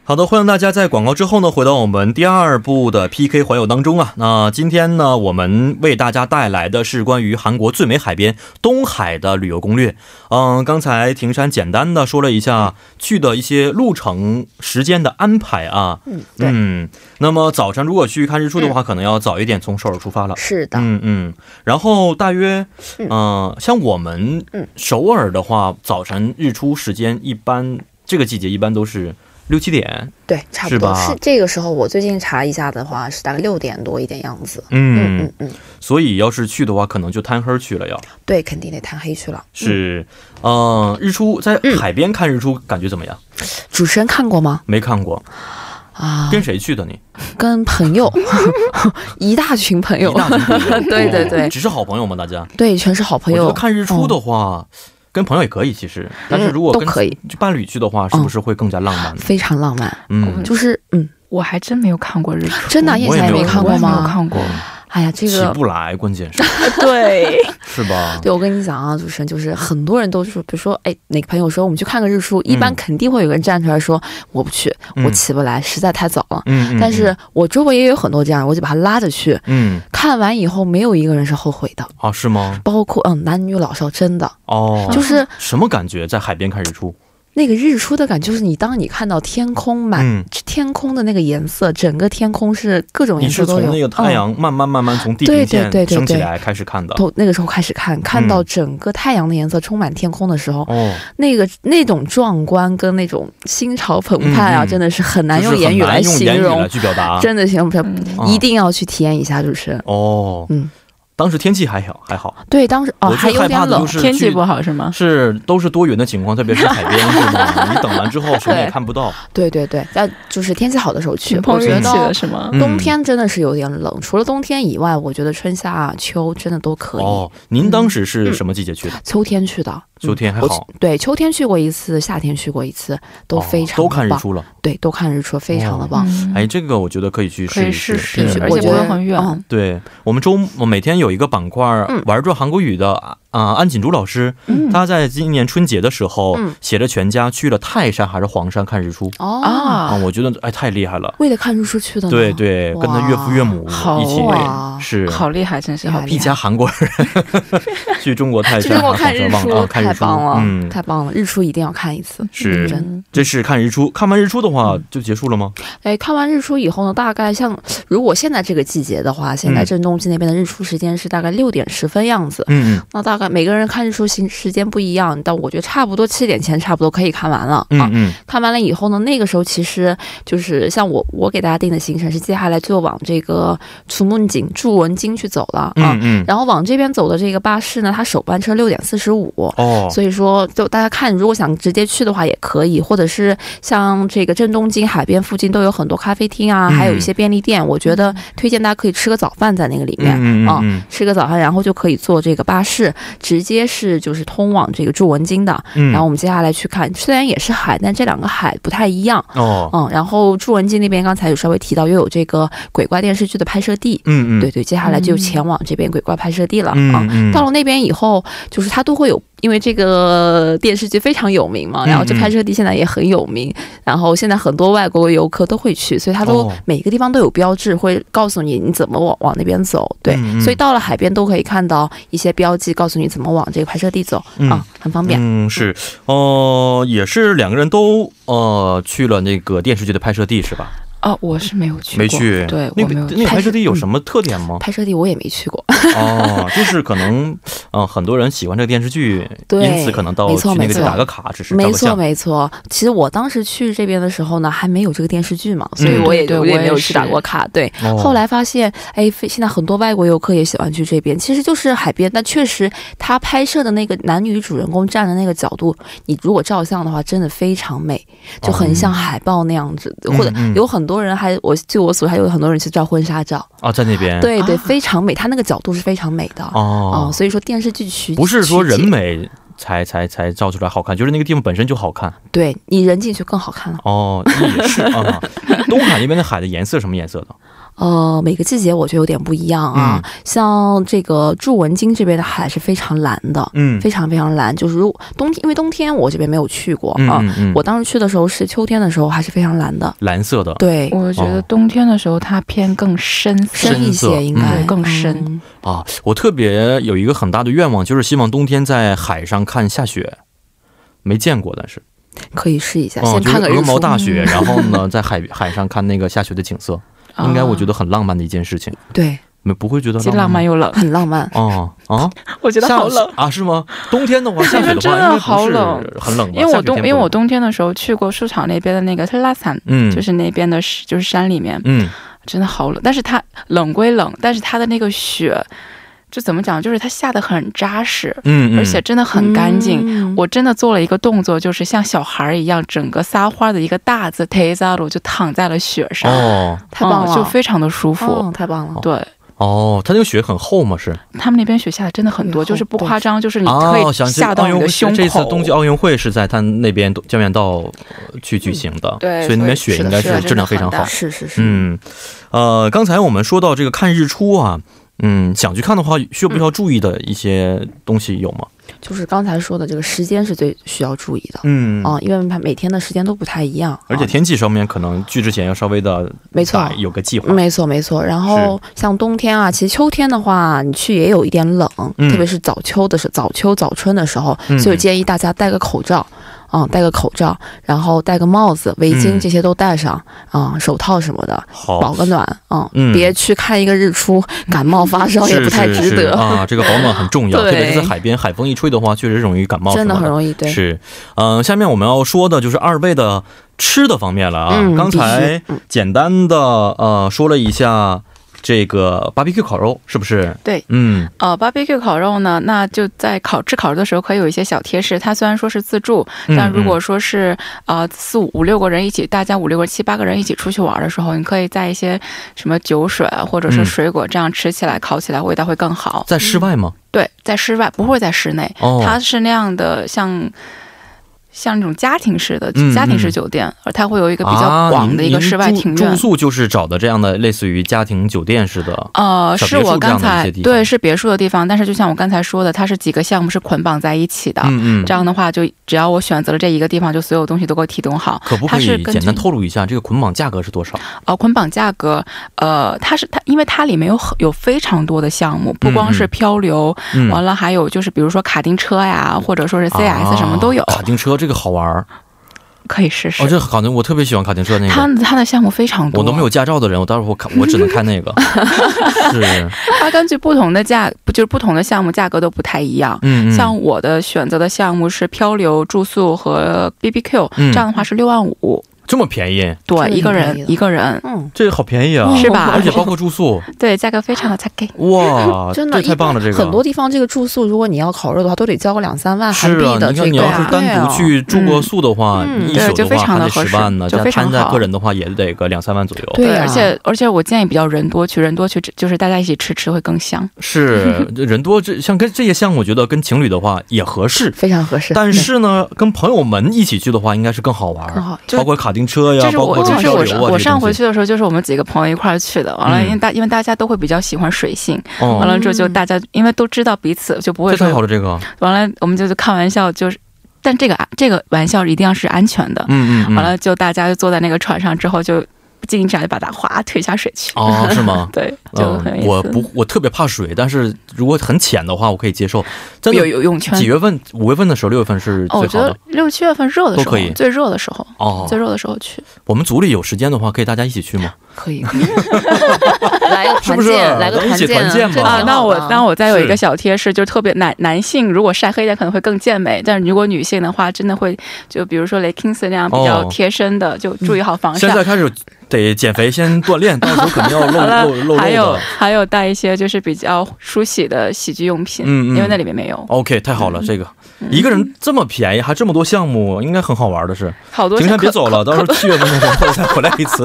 A: 好的，欢迎大家在广告之后呢，回到我们第二部的 PK 环游当中啊。那今天呢，我们为大家带来的是关于韩国最美海边东海的旅游攻略。嗯，刚才庭山简单的说了一下去的一些路程、时间的安排啊。
E: 嗯，对，嗯
A: 嗯，那么早晨如果去看日出的话，可能要早一点从首尔出发了。
E: 是的，
A: 嗯嗯，然后大约，嗯、
E: 嗯
A: 像我们
E: 嗯
A: 首尔的话，早晨日出时间一般，这个季节一般都是六七点。
E: 对，差
A: 是
E: 不多
A: 吧
E: 是这个时候。我最近查一下的话，是大概六点多一点样子。
A: 嗯
E: 嗯嗯，
A: 所以要是去的话，可能就贪黑去了要。
E: 对，肯定得贪黑去了。
A: 是，嗯、日出在
E: 嗯
A: 海边看日出感觉怎么样？
E: 主持人看过吗？
A: 没看过，
E: 啊，
A: 跟谁去的你？
E: 跟 朋友，一大群朋友
A: 一，大群朋友
E: 哎
A: 哦
E: 对对对
A: 只是好朋友嘛，大家。
E: 对，全是好朋
A: 我觉
E: 友
A: 得。看日
D: 嗯
A: 出的话。跟朋友也可以，其实，但是如果
E: 都
A: 跟
E: 可以，
A: 伴侣去的话，是
D: 嗯
A: 不是会更加浪漫呢？
E: 非常浪漫。
A: 嗯，
E: 就是嗯，
C: 我还真没有看过日出，
E: 真的叶
A: 我也
E: 姐
A: 没
E: 没
A: 有
E: 看
C: 我
E: 过
C: 也没有
E: 吗？
D: 嗯
C: 看过。
E: 哎呀，这
A: 嗯起
E: 个
A: 不来，关键 是
E: 对。
A: 是吧？
E: 对，我跟你讲啊，主持人就是很多人都说，比如说，哎，哪个朋友说我们去看个日出，一般
A: 嗯
E: 肯定会有个人站出来说我不去，我
A: 嗯
E: 起不来，实在太早了。
A: 嗯，嗯
E: 但是我周围也有很多这样，我就把他拉着去，
A: 嗯嗯
E: 看完以后没有一个人是后悔的，
A: 啊，是吗？
E: 包括嗯男女老少，真的
A: 哦，
E: 就是
A: 什么感觉？在海边看日出，
D: 那个日出的感觉，就是你当你看到天空满、
F: 嗯，
D: 天空的那个颜色，整个天空是各种
A: 你
D: 颜
A: 是
D: 色都
A: 从
D: 有。
A: 那个太
D: 嗯
A: 阳慢慢慢慢从地平
D: 对对
A: 线
D: 对对
A: 升起
D: 对
A: 来开始看的。
D: 从那个时候开始看，看
A: 嗯
D: 到整个太阳的颜色充满天空的时候，
A: 哦，
D: 那个那种壮观跟那种心潮澎湃啊，
A: 嗯嗯
D: 真的是很难
A: 就
D: 用
A: 是很
D: 言语
A: 难
D: 来
A: 用
D: 形
A: 言语
D: 容
A: 来，去表达。
D: 真的形容不了。
C: 嗯
A: 啊
D: 一定要去体验一下，主持人。
A: 哦，
D: 嗯，
A: 当时天气还好，还好。
D: 对，当时哦
A: 我
D: 还
A: 最
D: 有
A: 害
D: 点
A: 怕的
D: 冷
A: 就，是
C: 天气
A: 去
C: 不好是吗？
A: 是都是多云的情况，特别是海边，是吗？你等完之后什么也
D: 对
A: 看不到。
D: 对对对，但就是天气好的时候去
C: 群，
D: 我
C: 嗯碰
D: 觉
C: 运气
D: 得
C: 了是吗？
A: 嗯
D: 冬天真的是有点冷。除了冬天以外，我觉得春夏秋真的都可以。
A: 哦，您当时是什么季节去的？
D: 秋天去的，嗯
A: 秋天还
D: 我
A: 好，
D: 对，秋天去过一次，夏天去过一次，都非常
A: 哦都看日
D: 棒
A: 出了。
D: 对，都看日出，非常的棒。
C: 嗯
A: 哎，这个我觉得可以去
C: 可
A: 试
C: 以
A: 一
C: 试
A: 试
C: 试
D: 是，
A: 嗯
C: 而
D: 我
C: 且
D: 觉
C: 不
D: 得
C: 会很远。
D: 嗯
A: 对我们周我每天有一个板块儿
D: 嗯
A: 玩转韩国语的啊、安锦竹老师，
C: 嗯
A: 他在今年春节的时候、
D: 嗯
A: 写着全家去了泰山还是黄山看日出
D: 哦
A: 啊、
C: 啊，
A: 我觉得哎太厉害了，
D: 为了看日出去的呢。
A: 对对，跟他岳父岳母
C: 好
A: 一起
D: 哇
A: 是
C: 好厉害，真是好
D: 厉害
A: 一家韩国人 去中国泰
D: 去
A: 山
D: 中
A: 还
D: 国
A: 是黄山
D: 看日
A: 忘
D: 出，
A: 了啊看
D: 太
A: 日出
D: 棒了、
A: 嗯，
D: 太棒了！日出一定要看一次。
A: 是
D: 真嗯
C: 嗯
A: 这是看日出，看完日出的话就结束了吗？
D: 哎，看完日出以后呢，大概像如果现在这个季节的话，现在
A: 嗯
D: 镇东区那边的日出时间是大概六点十分样子。
A: 嗯嗯
D: 那大概每个人看日出时时间不一样，但我觉得差不多七点前差不多可以看完了、啊
A: 嗯。嗯，
D: 看完了以后呢，那个时候其实就是像我我给大家定的行程是接下来就往这个楚梦景祝文京去走了啊。
A: 嗯嗯，
D: 然后往这边走的这个巴士呢，它首班车六点四十五，
A: 哦，
D: 所以说，就大家看，如果想直接去的话也可以，或者是像这个正东京海边附近都有很多咖啡厅啊，
A: 嗯
D: 还有一些便利店，我觉得推荐大家可以吃个早饭在那个里面。
A: 嗯嗯
D: 啊
A: 嗯
D: 吃个早饭，然后就可以坐这个巴士，直接是就是通往这个驻文京的。
A: 嗯，
D: 然后我们接下来去看，虽然也是海，但这两个海不太一样。
A: 哦，
D: 嗯，然后驻文京那边刚才有稍微提到，又有这个鬼怪电视剧的拍摄地。
A: 嗯嗯，
D: 对对，接下来就
C: 嗯
D: 前往这边鬼怪拍摄地了啊。
A: 嗯嗯，
D: 到了那边以后，就是它都会有，因为这个电视剧非常有名嘛，
A: 嗯
D: 然后这拍摄地现在也很有名，然后现在很多外国游客都会去，所以它都、
A: 哦
D: 每个地方都有标志，会告诉你你怎么往往那边走。对，
A: 嗯嗯
D: 所以到了海边都可以看到一些标记，告诉你怎么往这个拍摄地走、
A: 嗯
D: 啊，很方便。
A: 嗯，是，哦，也是两个人都呃去了那个电视剧的拍摄地是吧？
C: 哦，我是没有去过，
A: 没去，
C: 对
A: 那
C: 我
A: 个
C: 没有
A: 那个拍摄地
D: 嗯
A: 有什么特点 吗？
D: 拍摄地我也没去过，
A: 哦，就是可能，嗯、很多人喜欢这个电视剧，
D: 对
A: 因此可能到
D: 没
A: 去
D: 错
A: 那个
D: 没
A: 地
D: 错
A: 打个卡，只是照
D: 没
A: 个
D: 错
A: 相。
D: 没错。其实我当时去这边的时候呢，还没有这个电视剧嘛，所以
A: 嗯
D: 我也
C: 对对
D: 我也
C: 我也
D: 没有去打
C: 是
D: 过卡。对，
A: 哦
D: 后来发现，哎，非现在很多外国游客也喜欢去这边，其实就是海边。但确实，他拍摄的那个男女主人公站的那个角度，你如果照相的话，真的非常美，就很像海报那样子。
A: 嗯
D: 或者
A: 哦嗯
D: 有很多人还，我据我所知，还有很多人去照婚纱照。
A: 啊，在那边，
D: 对对，
C: 啊
D: 非常美，他那个角度是非常美的。
A: 哦
D: 哦，，所以说电视剧取
A: 不是说人
D: 取景
A: 美才才才照出来好看，就是那个地方本身就好看。
D: 对你人进去更好看了。
A: 哦，也 是啊。东海那边的海的颜色什么颜色的？
D: 呃，每个季节我觉得有点不一样啊。
A: 嗯
D: 像这个驻文京这边的海是非常蓝的，
A: 嗯
D: 非常非常蓝。就是如冬天，因为冬天我这边没有去过
A: 嗯
D: 啊、
A: 嗯嗯，
D: 我当时去的时候是秋天的时候，还是非常蓝的。
A: 蓝色的
D: 对，
C: 我觉得
A: 哦
C: 冬天的时候它偏更深色，
D: 深一
A: 深色
D: 些应
A: 嗯
D: 该、
C: 对更深
D: 嗯
A: 啊，我特别有一个很大的愿望，就是希望冬天在海上看下雪，没见过，但是
D: 可以试一下，
A: 嗯，
D: 先
A: 就是
D: 看个日
A: 鹅毛
D: 出。
A: 大 雪，然后呢，在海海上看那个下雪的景色，
C: 啊
A: 应该我觉得很嗯浪漫的一件事情，
D: 对，
A: 没不会觉得
C: 既浪漫
A: 漫吗。
C: 又冷，
D: 很浪漫。
A: 哦啊，
C: 我 觉得
A: 下
C: 好冷。
A: 啊？是吗？冬天的 话，下雪的话，
C: 真的
A: 应该不
C: 好
A: 是
C: 冷
A: 很冷吧。
C: 因为
A: 下
C: 我
A: 雪
C: 冬，因
A: 天
C: 为
A: 不
C: 我
A: 冷，
C: 冬天的时候去过树厂那边的那个特拉伞，
A: 嗯，
C: 就是那边的是，就是山里面，
A: 嗯，
C: 真的好冷。但是它冷归冷，但是它的那个雪，就怎么讲，就是它下的很扎实，
A: 嗯嗯，
C: 而且真的很干净。
D: 嗯
C: 我真的做了一个动作，就是像小孩儿一样，整个撒欢儿的一个大字 t e z a r 就躺在了雪上，
A: 哦
D: 太棒了，
C: 嗯就非常的舒服。
D: 哦太棒了。
C: 对
A: 哦，它那个雪很厚吗？是
C: 他们那边雪下的真的很多，
D: 对
C: 就是不
D: 厚
C: 夸张，就是你可
A: 哦，
C: 以
A: 想起
C: 下到
A: 奥
C: 你
A: 运
C: 的
A: 会
C: 胸口。
A: 这次冬季奥运会是在它那边江原道呃去举行的，
C: 对
A: 所以那边
C: 所以
A: 雪
C: 是的
A: 应该
C: 是的
A: 是
C: 真
A: 质量
C: 的
A: 非常
C: 很
A: 好。
C: 大
D: 是是是，
A: 嗯，呃，刚才我们说到这个看日出啊，嗯，想去看的话，需不需要注意的一些东西有吗？
D: 就是刚才说的这个时间是最需要注意的。
A: 嗯
D: 啊，因为它每天的时间都不太一样，
A: 而且
D: 啊
A: 天气上面可能去之前要稍微的，
D: 没错
A: 有个计划。
D: 没错，没错。然后像冬天啊，其实秋天的话，你去也有一点冷，
A: 嗯
D: 特别是早秋的时早秋早春的时候，
A: 嗯
D: 所以我建议大家戴个口罩。啊、戴个口罩，然后戴个帽子、围巾
A: 嗯
D: 这些都戴上啊、手套什么的，保
A: 好，
D: 个暖啊、
A: 嗯
D: 别去看一个日出， 感冒发烧也
A: 是
D: 不太
A: 是
D: 值
A: 是
D: 得，
A: 啊。这个保暖很重要，特
D: 对
A: 别是在海边，海风一吹的话，确实容易感冒，
D: 真的
A: 什么
D: 很容易对。
A: 是，嗯、下面我们要说的就是二位的吃的方面了啊。
D: 嗯
A: 刚
D: 必
A: 才
D: 须嗯
A: 简单的呃说了一下这个 BBQ 烤肉，是不是？
C: 对，
A: 嗯
C: 呃，barbecue 烤肉呢，那就在烤吃烤肉的时候，可以有一些小贴士。它虽然说是自助，
A: 嗯
C: 但如果说是呃四五五六个人一起，大家五六个人七八个人一起出去玩的时候，你可以在一些什么酒水啊，或者
A: 嗯
C: 是水果这样吃起来、烤起来味道会更好。
A: 在室外吗？
C: 对，在室外不会在室内，
A: 哦，
C: 它是那样的像。像那种家庭式的
A: 嗯
C: 家庭式酒店，而它会有一个比较广的一个室外庭
A: 啊啊您您
C: 院
A: 住。住宿就是找的这样的类似于家庭酒店似的。
C: 呃，
A: 小
C: 是
A: 别墅
C: 我
A: 这样
C: 刚
A: 的一
C: 才
A: 些地方
C: 对是别墅的地方，但是就像我刚才说的，它是几个项目是捆绑在一起的。
A: 嗯嗯，
C: 这样的话，就只要我选择了这一个地方，就所有东西都给我提供好。
A: 可不可
C: 它是
A: 以
C: 根
A: 简单
C: 据
A: 透露一下这个捆绑价格是多少？
C: 呃，捆绑价格，呃，它是它，因为它里面有很有非常多的项目，不光
A: 嗯
C: 是
A: 嗯
C: 漂流，
A: 嗯，哦
C: 完了还有就是比如说卡丁车呀，或者说是 CS 什么都有，
A: 啊卡丁车这个好玩儿
C: 可以试试。
A: 哦，这卡丁我特别喜欢卡丁车那
C: 它
A: 个。
C: 它的项目非常多，
A: 我都没有驾照的人，我待会儿我看我只能看那 个。是，
C: 它根据不同的价，不就是不同的项目价格都不太一样。
A: 嗯嗯，
C: 像我的选择的项目是漂流、住宿和 B B Q，
A: 嗯
C: 这样的话是六万五，
A: 这么便宜，
D: 这
C: 对，
D: 个
C: 一个
D: 挺便宜
C: 人
D: 的
C: 一个人，
D: 嗯，
A: 这个好便宜啊，
C: 是吧
A: 而且包括住 宿，
C: 对，价格非
D: 啊
C: 常的才给。
A: 哇，
D: 真的
A: 这太啊棒了！这个
D: 很多地方这个住宿，如果你要烤肉的话，都得交个两三万韩
A: 是
D: 币
A: 啊，
D: 的
A: 你
D: 这
A: 看你
D: 个
A: 要是
D: 啊
A: 单独去住个宿的话，
D: 嗯
A: 你一宿
C: 对就
A: 的
C: 非
A: 话
C: 常
A: 还
C: 地
A: 得
C: 合
A: 十
C: 适
A: 万呢，
C: 就
A: 加
C: 非常
A: 摊在
C: 好
A: 个人的话也得个两三万左右。
D: 对啊
C: 而且而且我建议比较人多去，人多去就是大家一起吃吃会更香。
A: 是这人多，这像跟这些项目，我觉得跟情侣的话也合适。
D: 非常合适。
A: 但是呢，跟朋友们一起去的话，应该是更好玩
D: 更
A: 儿，
D: 好
C: 哦就
A: 包括卡丁车呀，
C: 这是
A: 包
C: 我
A: 括
C: 这是
A: 漂
C: 我
A: 流啊，
C: 我
A: 这些东
C: 上回
A: 西，
C: 去的时候就是我们几个朋友一块儿去的，完了
A: 嗯
C: 因为大因为大家都会比较喜欢水性，
A: 哦
C: 完了之后
D: 嗯
C: 就大家因为都知道彼此就不会
A: 这太好
C: 说，
A: 了，这个，
C: 完了我们就就开玩笑就是，但这个啊这个玩笑一定要是安全的，
A: 嗯嗯嗯，
C: 完了就大家就坐在那个船上之后就不经意之下就把它哗推下水去，？
A: 哦，是吗
C: 对， 就很
A: 嗯，
C: 有意思。
A: 我不，我特别怕水，但是如果很浅的话，我可以接受。真
C: 有
A: 的，
C: 游泳圈
A: 几。月份？五月份的时候，六月份是
C: 哦，我
A: 最
C: 觉
A: 好
C: 得
A: 的
C: 六七月份热的时
A: 都可以
C: 候，最热的时候，
A: 哦
C: 最。热的时候去。
A: 我们组里有时间的话，可以大家一起去吗？
D: 可 以，来个
A: 是
D: 团
A: 不是
D: 建，来个
A: 咱们一
D: 团
A: 起
D: 建，
A: 团建吧
D: 这嗯挺好
A: 啊
D: 的
C: 那我那我再有一
A: 是
C: 个小贴士，就特别男男性如果晒黑一点可能会更健美，但如果女性的话，真的会就比如说雷 Kings 那样比较
A: 哦
C: 贴身的，就注意好防
A: 现
C: 晒。
A: 在开始得减肥，先锻 炼，到时候肯定要露
C: 啊好了
A: 露露肉
C: 还有
A: 的。
C: 还有带一些就是比较梳洗的洗具用品，
A: 嗯嗯
C: 因为那里面没有
A: OK，太好了，
C: 嗯
A: 这个一个人这么便宜，还这么多项目，应该很好玩的是。
C: 好多
A: 停
C: 可
A: 山别走了，到时候七月份的时候再回来一 次。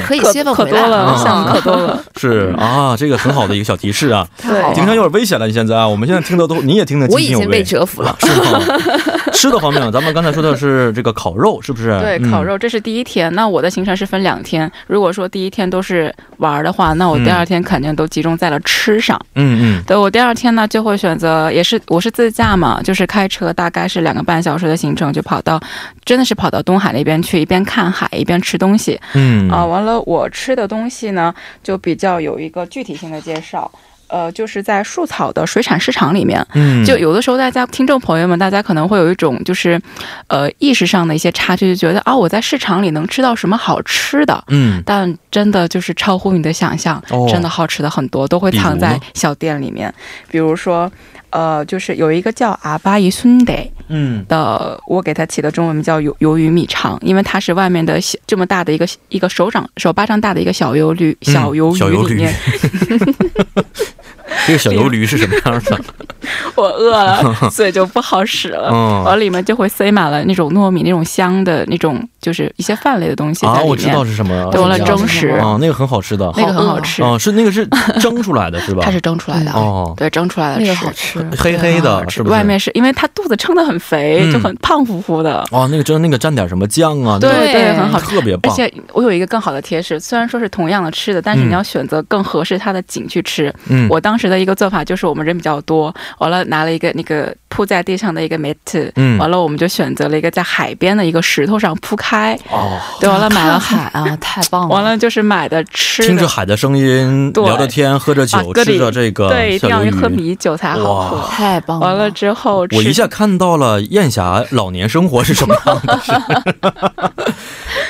A: 嗯，
D: 可以
C: 可
D: 歇份
C: 可
D: 回
C: 多
D: 来
C: 了，项目
D: 啊
C: 可多了。
A: 是
C: 嗯
A: 啊，这个很好的一个小提示啊。
D: 太好
C: 对
A: 停
D: 了
A: 山有点危险了，现在啊，我们现在听的都你也听得津
D: 我已
A: 津有
D: 经被
A: 味。
D: 折服了。
A: 啊是吗？ 吃的方面，咱们刚才说的是这个烤肉，是不是？
C: 对，
A: 嗯
C: 烤。肉这是第一天。那我的行程是分两天。如果说第一天都是玩儿的话，那我第
A: 嗯
C: 二天肯定都集中在了吃上。
A: 嗯嗯
C: 对我第二天呢，就会选择也是我是自驾嘛，就是开车大概是两个半小时的行程，就跑到真的是跑到东海那边去，一边看海一边吃东西
A: 嗯
C: 啊、完了，我吃的东西呢，就比较有一个具体性的介绍。呃，就是在树草的水产市场里面，
A: 嗯，
C: 就有的时候，大家听众朋友们，大家可能会有一种就是，呃，意识上的一些差距，就觉得啊，我在市场里能吃到什么好吃的，
A: 嗯
C: 但真的就是超乎你的想象，
A: 哦
C: 真的好吃的很多都会藏
A: 比如
C: 在
A: 呢
C: 小店里面。比如说，呃，就是有一个叫阿巴伊孙得
A: 嗯
C: 的，我给它起的中文名叫鱿鱿鱼米肠，因为它是外面的小这么大的一个一个手掌手巴掌大的一个小鱿鱼嗯小鱿
A: 嗯小鱿
C: 鱼
A: 驴
C: 里面，
A: 这个小鱿驴是什么样的？
C: 我饿了， 所以就不好使了。
A: 嗯
C: 完里面就会塞满了那种糯米、那种香的那种，就是一些饭类的东西在
A: 啊，
C: 里
A: 我知
C: 面。
A: 道是什么，
C: 对
D: 我
A: 了
D: 来蒸
C: 食
A: 啊，那个很好吃的，
C: 那个很
D: 好饿
C: 好
D: 啊
C: 吃，
A: 啊，是那个是蒸出来的是吧？
C: 它是蒸出来的，嗯
A: 哦，
C: 对，蒸出来的
D: 那
C: 吃。
D: 个好吃，
A: 黑黑
C: 对
A: 的
C: 好，吃
A: 是不是？
C: 外面是因为它肚子撑得很肥，
A: 嗯
C: 就很胖乎乎的。
A: 哦，那个蒸那个蘸点什么酱啊，
C: 对
D: 对
C: 对，很好吃。
A: 特别
C: 而
A: 棒。
C: 且我有一个更好的贴士，虽然说是同样的吃的，但是
A: 嗯
C: 你要选择更合适它的景去吃。
A: 嗯，
C: 我当时的一个做法就是，我们人比较多，完了拿了一个那个铺在地上的一个 mat，
A: 嗯
C: 完了我们就选择了一个在海边的一个石头上铺开，
A: 哦，
C: 对，完了买了
D: 海啊，太棒了！
C: 完了就是买的吃
A: 听着
C: 的，
A: 海的声音，
C: 对
A: 聊着天，喝着
C: 啊
A: 酒，
C: 各
A: 吃
C: 地
A: 着这个
C: 对，一
A: 小
C: 定要
A: 鱿鱼。
C: 喝米酒才好喝。
D: 太棒了！
C: 完了之后吃，
A: 我一下看到了燕霞老年生活是什么样 的。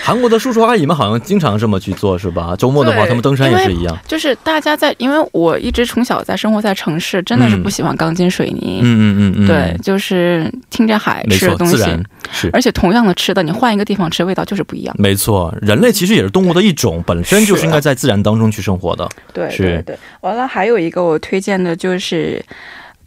A: 韩国的叔叔阿姨们好像经常这么去做，是吧？周末的话，
C: 对
A: 他们登山也是一样。
C: 就是大家在，因为我一直从小在生活在城市，真的是
A: 嗯
C: 不喜欢钢筋水泥。
A: 嗯嗯嗯嗯，
C: 对，，就是听着海
A: 没
C: 吃的
A: 错，
C: 东
A: 自
C: 西，
A: 然是。
C: 而且同样的吃的，你换一个地方吃，味道就是不一样。
A: 没错，人类其实也是动物的一种，本身就是
C: 是
A: 应该在自然当中去生活的。
C: 对
A: 是
C: 对对。完了，还有一个我推荐的就是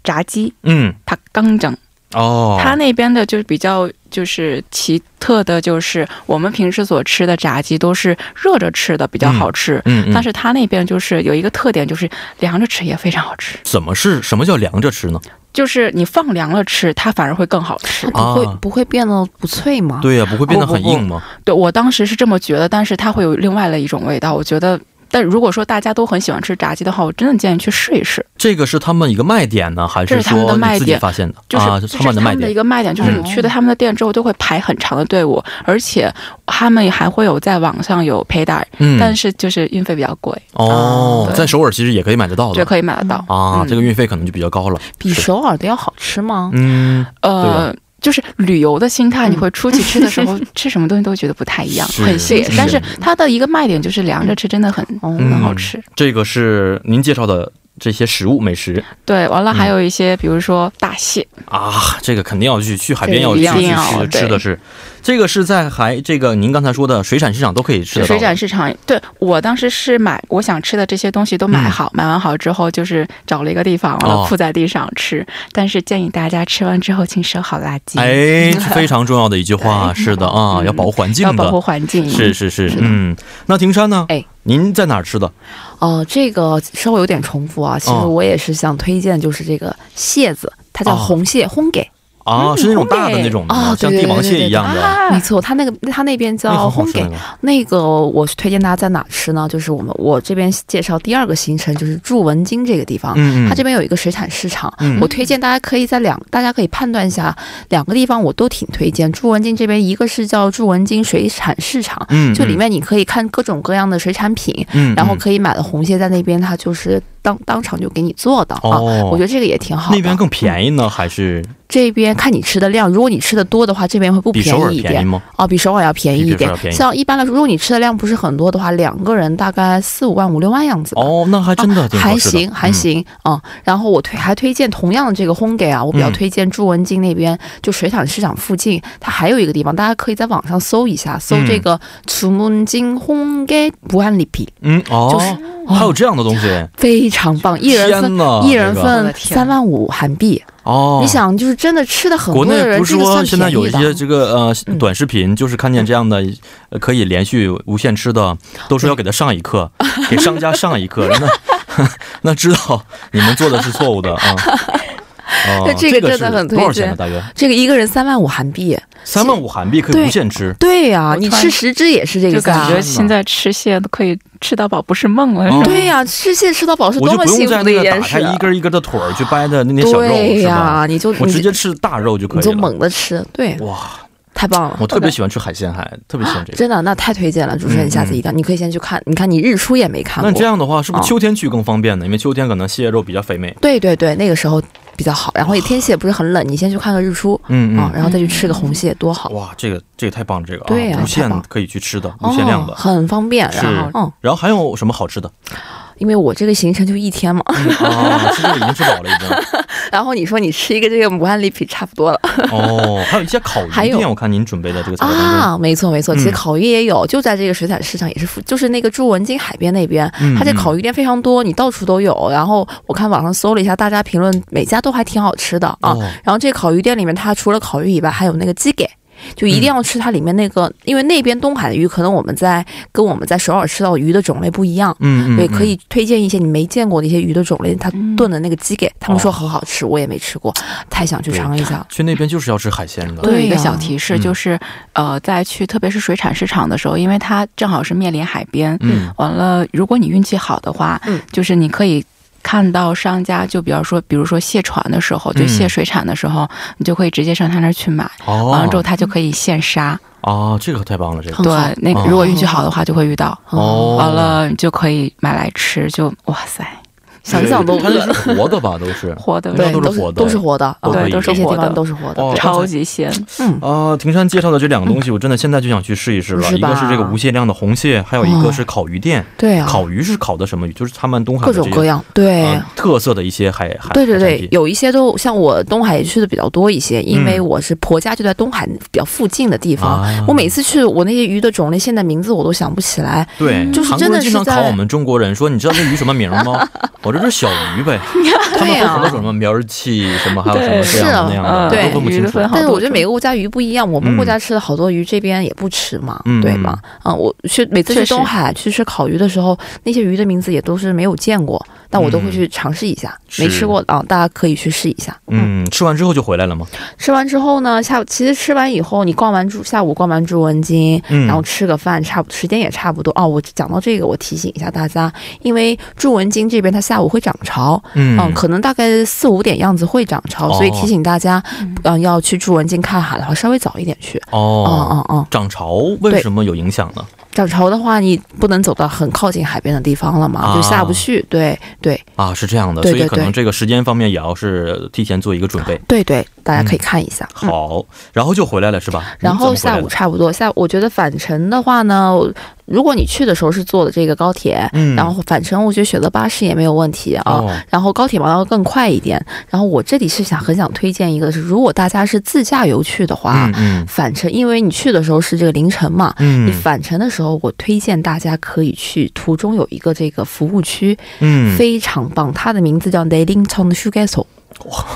C: 炸鸡，
A: 嗯，
C: 它刚整，
A: 哦，
C: 它那边的就是比较就是奇特的，就是我们平时所吃的炸鸡都是热着吃的，比较好吃。
A: 嗯，嗯
C: 但是它那边就是有一个特点，就是凉着吃也非常好吃。
A: 怎么是什么叫凉着吃呢？
C: 就是你放凉了吃，它反而会更好吃
D: 它。不会、
A: 啊
D: 不会变得不脆
C: 啊
D: 吗？
A: 对呀、不会变得很硬吗？
C: 对我当时是这么觉得，但是它会有另外的一种味道。我觉得，但如果说大家都很喜欢吃炸鸡的话，我真的建议去试一试。
A: 这个是他们一个卖点呢，还
C: 这是他们的
A: 说你
C: 卖
A: 自己
C: 点
A: 发现的？
C: 就是、
A: 啊，就
C: 这
A: 是他们的卖
C: 一
A: 点。嗯
C: 个卖点，就是你去的他们的店之后，都会排很长的队伍，而且他们还会有在网上有 pay 单，
A: 嗯，
C: 但是就是运费比较贵，
A: 哦，
C: 对
A: 在首尔其实也可以买得到
C: 对，
A: 的。
C: 可以买得到。
A: 啊，
C: 嗯
A: 这个运费可能就比较高了。
D: 比首尔的要好吃吗？
A: 嗯，
C: 呃，就是旅游的心态，
D: 嗯
C: 你会出去吃的时候， 吃什么东西都觉得不太一样，
A: 嗯是
C: 很新鲜。
A: 是嗯
C: 但是它的一个卖点就是凉着吃，真的很
D: 哦
C: 很好吃。
A: 这个是您介绍的这些食物美食
C: 对，完了
A: 嗯
C: 还有一些，比如说大蟹，
A: 啊，这个肯定要去去海边
D: 对
A: 要去
C: 一
A: 去
C: 定要
A: 去
C: 对
A: 吃的是，这个是在海这个您刚才说的水产市场都可以吃得到
C: 水
A: 的。
C: 产市场，对我当时是买我想吃的这些东西都买好，买完好之后就是找了一个地方，完
A: 嗯哦
C: 了铺在地上吃。但是建议大家吃完之后请收好垃圾，
A: 哎，这非常重要的一句话，是的啊，
C: 嗯
A: 要保护环境
C: 要保护
A: 的，
C: 环境。
A: 是是是，嗯。那庭山呢？
D: 哎，
A: 您在哪儿吃的？
D: 哦、这个稍微有点重复啊。其实
A: 哦
D: 我也是想推荐，就是这个蟹子，它叫
A: 哦
D: 红蟹，烘给。
A: 啊，
D: 嗯
A: 是那种大的那种的吗，
D: 哦对
A: 像帝王蟹一样的，
C: 啊
D: 没错，它那个它那边
A: 那个
D: 叫
A: 很好
D: 烘啊
A: 吃
D: 给
A: 那。个。
D: 那个我是推荐大家在哪吃呢？就是我们我这边介绍第二个行程，就是驻文京这个地方。
A: 嗯嗯，
D: 它这边有一个水产市场，
A: 嗯
D: 我推荐大家可以在两，大家可以判断一下两个地方，我都挺推荐。驻文京这边一个是叫驻文京水产市场，
A: 嗯
D: 就里面你可以看各种各样的水产品，
A: 嗯，嗯
D: 然后可以买了红蟹在那边，它就是当当场就给你做的、啊。
A: 哦，
D: 我觉得这个也挺好的。
A: 那边更便
D: 宜，
A: 宜呢，还是
D: 这边看你吃的量，如果你吃的多的话，这边会不
A: 比
D: 便
A: 首尔
D: 宜一
A: 便
D: 点
A: 宜。吗？
D: 哦，比首尔要便宜一
A: 比首
D: 点
A: 尔。便宜
D: 像一般来说，如果你吃的量不是很多的话，两个人大概四五万、五六万样子吧。
A: 哦，那还真的
D: 啊
A: 挺
D: 还
A: 合适的
D: 行还。行啊、嗯然后我推还推荐同样的这个烘给啊，我比较
A: 嗯
D: 推荐朱文京那边，就水产市场附近，它还有一个地方，大家可以在网上搜一下，搜
A: 嗯
D: 这个楚门京烘给不按里皮，
A: 嗯，嗯哦，
D: 就是
A: 还有这样的东西，
D: 非常棒，一人分
A: 天呐，
D: 一人
A: 这个
C: 我
D: 份
C: 的天
D: 三万五韩币，
A: 哦，
D: 你。想就是真的吃的很
A: 国
D: 多的
A: 内
D: 人，
A: 不是
D: 这个
A: 说
D: 算
A: 现在有一
D: 便宜
A: 些
D: 的啊嗯
A: 这个呃短视频，就是看见这样的呃可以连续无限吃的，都 说要给他上一课，给商家上一课。那那知道你们做的是错误的 啊。哦
D: 那，这个
A: 是
D: 真的很推
A: 多少钱呢？啊
D: 荐
A: 大约
D: 这个一个人三万五韩币，
A: 三万五韩币可以
D: 对
A: 无限吃。
D: 对呀、
C: 我
D: 你
C: 突然
D: 吃十只也是这个
C: 就
D: 价
C: 感
D: 儿
C: 觉。现在吃蟹都可以吃到饱，不是梦了。
A: 哦
C: 是吧
D: 对呀、吃蟹吃到饱是
A: 我
D: 多
A: 就
D: 么
A: 不用
D: 幸
A: 在那
D: 福的一
A: 个
D: 件
A: 打
D: 事
A: 开
D: 啊。
A: 一根一根的腿儿去掰的那些小肉，
D: 对
A: 是
D: 呀、
A: 吧？
D: 你就
A: 我
D: 你
A: 直接吃大肉就可
D: 你
A: 以
D: 就
A: 了。
D: 猛的吃，对，
A: 哇，
D: 太棒了。
A: 我特别喜欢吃海鲜，还特别喜欢这个。
D: 真的，那太推荐了，主持人，
A: 嗯
D: 你下次一定要，你可以先去看。你看，你日出也没看
A: 那
D: 过，
A: 这样的话，是不是
D: 哦
A: 秋天去更方便呢？因为秋天可能蟹肉比较肥美。
D: 对对对，那个时候比较好。然后也天气也不是很冷，你先去看个日出
A: 嗯
D: 啊，
A: 嗯。
D: 然后再去吃个红蟹，多好，
A: 哇，这个这个太棒了，这个
D: 对呀
A: 啊，无
D: 太
A: 限
D: 棒
A: 可以去吃的，
D: 哦
A: 无限量的。
D: 很方便。
A: 是
D: 然后，
A: 然后还有什么好 吃的？
D: 嗯，因为我这个行程就一天嘛，
A: 嗯啊，其实已经吃饱了，已经。
D: 然后你说你吃一个这个武汉里皮差不多了
A: 哦，还有一些烤鱼
D: 还有
A: 店，我看您准备的这个菜单中，
D: 啊，没错没错，
A: 嗯
D: 其实烤鱼也有，就在这个水产市场也是附，就是那个朱文京海边那边，
A: 嗯
D: 它这烤鱼店非常多，你到处都有。然后我看网上搜了一下，大家评论每家都还挺好吃的啊。
A: 哦
D: 然后这烤鱼店里面，它除了烤鱼以外，还有那个鸡给。就一定要吃它里面那
A: 嗯
D: 个，因为那边东海的鱼可能我们在跟我们在首尔吃到的鱼的种类不一样，
A: 嗯嗯，
D: 对，可以推荐一些你没见过的一些鱼的种类。它
C: 嗯
D: 炖的那个鸡给，他们
A: 哦
D: 说很好吃，我也没吃过，太想去
A: 对
D: 尝一下。
A: 去那边就是要吃海鲜的。
C: 我有一
D: 对
C: 个
D: 呀
C: 小提示，
A: 嗯
C: 就是呃，在去特别是水产市场的时候，因为它正好是面临海边，
A: 嗯，
C: 完了，如果你运气好的话，
D: 嗯
C: 就是你可以。看到商家，就比方说，比如说卸船的时候，就卸
A: 嗯
C: 水产的时候，你就可以直接上他那儿去买，完了之后
A: 哦
C: 他就可以现杀。
A: 哦，这个太棒了，这个
D: 很
C: 对
D: 好，
C: 那个
A: 哦
C: 如果运气好的话，就会遇到。
A: 哦，
C: 完了你就可以买来吃，就哇塞，
D: 想想都
A: 它
D: 饿
A: 那是活的吧，都 是。
C: 活的
D: 对，
A: 都是
D: 都
A: 活的
D: 都是活的，
A: 都
D: 啊
A: 可
C: 对
A: 以
C: 都是
D: 这些
C: 活
D: 地方
C: 的，
D: 都是活的。
A: 哦
C: 超级鲜。
D: 嗯，
A: 啊、呃，庭山介绍的这两个东西，我真的现在就想去试一试了。
D: 是
A: 一
D: 吧
A: 个是这个无限量的红蟹，还有一个是烤鱼店。
D: 对啊，
A: 烤鱼是烤的什么鱼？就是他们东海
D: 各
A: 的这
D: 种
A: 些
D: 各样，对。
A: 呃特色的一些海海
D: 哎对对
A: 海产
D: 对
A: 品，
D: 有一些都像我东海去的比较多一些，因为
A: 嗯
D: 我是婆家就在东海比较附近的地方。
A: 啊
D: 我每次去，我那些鱼的种类，现在名字我都想不起来。
A: 对，
D: 嗯就是
A: 韩国
D: 真的
A: 人经
D: 是
A: 常考
D: 在
A: 我们中国人说，你知道这鱼什么名儿吗？ 我这就是小鱼 呗。他们
D: 对
A: 会很多
D: 啊
A: 种什么苗儿气，什么还有什么
C: 对
A: 这样的那
D: 是啊
A: 样
C: 嗯
A: 的，
D: 对
A: 啊都分不
C: 鱼
A: 清
C: 的
A: 楚
C: 分。好
D: 但是
C: 多
D: 我觉得
C: 种
D: 每个国家鱼不一样，我们
A: 嗯
D: 国家吃的好多鱼，这边也不吃嘛，
A: 嗯
D: 对吗？啊、我去每次去
C: 确实
D: 东海去吃烤鱼的时候，那些鱼的名字也都是没有见过，但我都会去尝试一下，
A: 嗯
D: 没
A: 是
D: 吃过的啊，大家可以去试一下。
A: 嗯，吃完之后就回来了吗？
D: 吃完之后呢，下午其实吃完以后，你逛完猪下午逛完朱文金，
A: 嗯
D: 然后吃个饭，差不时间也差不多哦。我讲到这个，我提醒一下大家，因为朱文金这边它下午会涨潮，
A: 嗯
D: 嗯，可能大概四五点样子会涨潮，
A: 哦
D: 所以提醒大家，嗯，要去朱文金看海的话，稍微早一点去。
A: 哦，
D: 嗯嗯嗯，
A: 涨潮为
D: 对
A: 什么有影响呢？
D: 涨潮的话，你不能走到很靠近海边的地方了嘛，
A: 啊
D: 就下不去。对对
A: 啊，是这样的，
D: 对
A: 所以
D: 对
A: 可能
D: 对嗯
A: 这个时间方面也要是提前做一个准备。
D: 对对，大家可以看一下。嗯
A: 好，然后就回来了是吧？
D: 然后
A: 你怎么
D: 下
A: 回来的
D: 午差不多，下午我觉得返程的话呢，我如果你去的时候是坐的这个高铁，
A: 嗯
D: 然后返程我觉得选择巴士也没有问题啊。
A: 哦，
D: 然后高铁嘛要更快一点。然后我这里是想很想推荐一个是，如果大家是自驾游去的话，
A: 嗯嗯
D: 返程，因为你去的时候是这个凌晨嘛。你
A: 嗯
D: 返程的时候，我推荐大家可以去途中有一个这个服务区，
A: 嗯，
D: 非常棒，它的名字叫 Nailington s u g a s o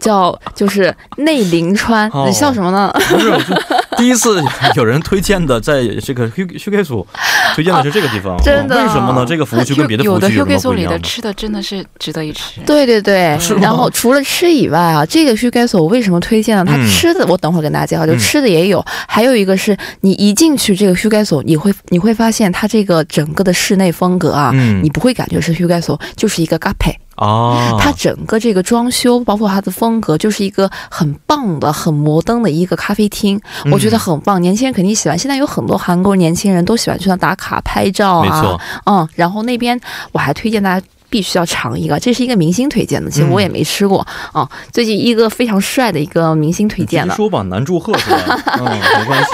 D: 叫就是内林川，
A: 哦
D: 你笑什么呢？
A: 不是，我就第一次 有人推荐的，在这个 Hu Hu K 组推荐的是这个地方，
D: 真的
A: 为什么呢？这个服务区跟别的服
C: 啊有
A: 务
C: 的
A: 区
C: h u g
A: 有
C: i
A: 什
C: s
A: 么不一
C: 里
A: 样
C: 的
A: 吗？
C: 吃的真的是值得一吃。
D: 对对对
A: 是吗，
D: 然后除了吃以外啊，这个 Sugar 我为什么推荐呢？它
A: 嗯
D: 吃的、我等会儿跟大家介绍，就
A: 嗯
D: 吃的也有，还有一个是你一进去这个 Sugar 你会你会发现它这个整个的室内风格啊。
A: 嗯
D: 你不会感觉是 Sugar 就是一个 Gape，、
A: 啊，
D: 它整个这个装修，包括它的风格，就是一个很棒的、很摩登的一个咖啡厅，
A: 嗯
D: 我觉得很棒。年轻人肯定喜欢，现在有很多韩国年轻人都喜欢去那打卡拍照
A: 没
D: 啊，
A: 错，
D: 嗯，然后那边我还推荐大家。必须要尝一个，这是一个明星推荐的，其实
A: 嗯
D: 我也没吃过、啊。最近一个非常帅的一个明星推
A: 你
D: 荐
A: 直接
D: 的，
A: 说吧，男祝贺 是吧？嗯，没关系，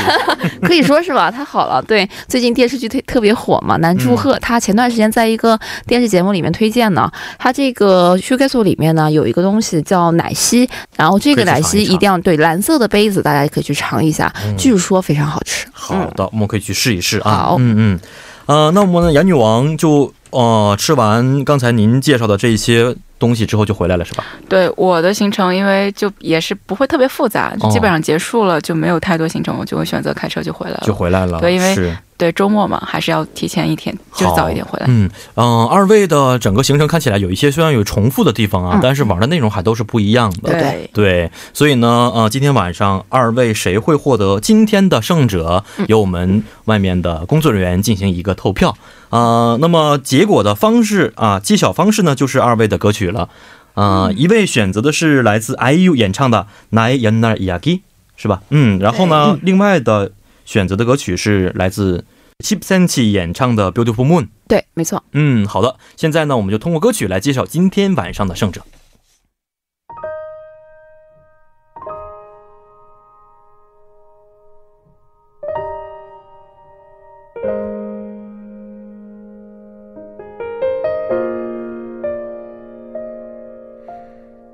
D: 可以说是吧？太好了，对，最近电视剧特特别火嘛，南柱
A: 嗯
D: 赫、他前段时间在一个电视节目里面推荐呢，他这个 Sugar 里面呢有一个东西叫奶昔，然后这个奶昔一定要对蓝色的杯子，大家可以去尝一下，
A: 嗯
D: 据说非常好吃。
A: 好
C: 嗯
A: 的，我们可以去试一试啊。
D: 好
A: 嗯嗯，呃，那我们杨女王就呃吃完刚才您介绍的这一些东西之后就回来了是吧？
C: 对我的行程，因为就也是不会特别复杂，
A: 哦
C: 就基本上结束了就没有太多行程，我就会选择开车就回来
A: 就
C: 了。
A: 回来了，
C: 呃对因为
A: 是
C: 对，周末嘛，还是要提前一天，就是
A: 好
C: 早一点回来。
A: 嗯嗯、呃二位的整个行程看起来有一些虽然有重复的地方啊，
D: 嗯
A: 但是玩的内容还都是不一样的。
D: 对
C: 对，
A: 对，所以呢，呃，今天晚上二位谁会获得今天的胜者，由我们外面的工作人员进行一个投票。呃，那么结果的方式啊、揭晓方式呢，就是二位的歌曲了。呃，一位选择的是来自 IU 演唱的《나의옛날이야기》，是吧？嗯，然后呢，另外的选择的歌曲是来自 Chip Senchi 演唱的《Beautiful Moon》。
D: 对，没错。
A: 嗯，好的，现在呢，我们就通过歌曲来介绍今天晚上的胜者。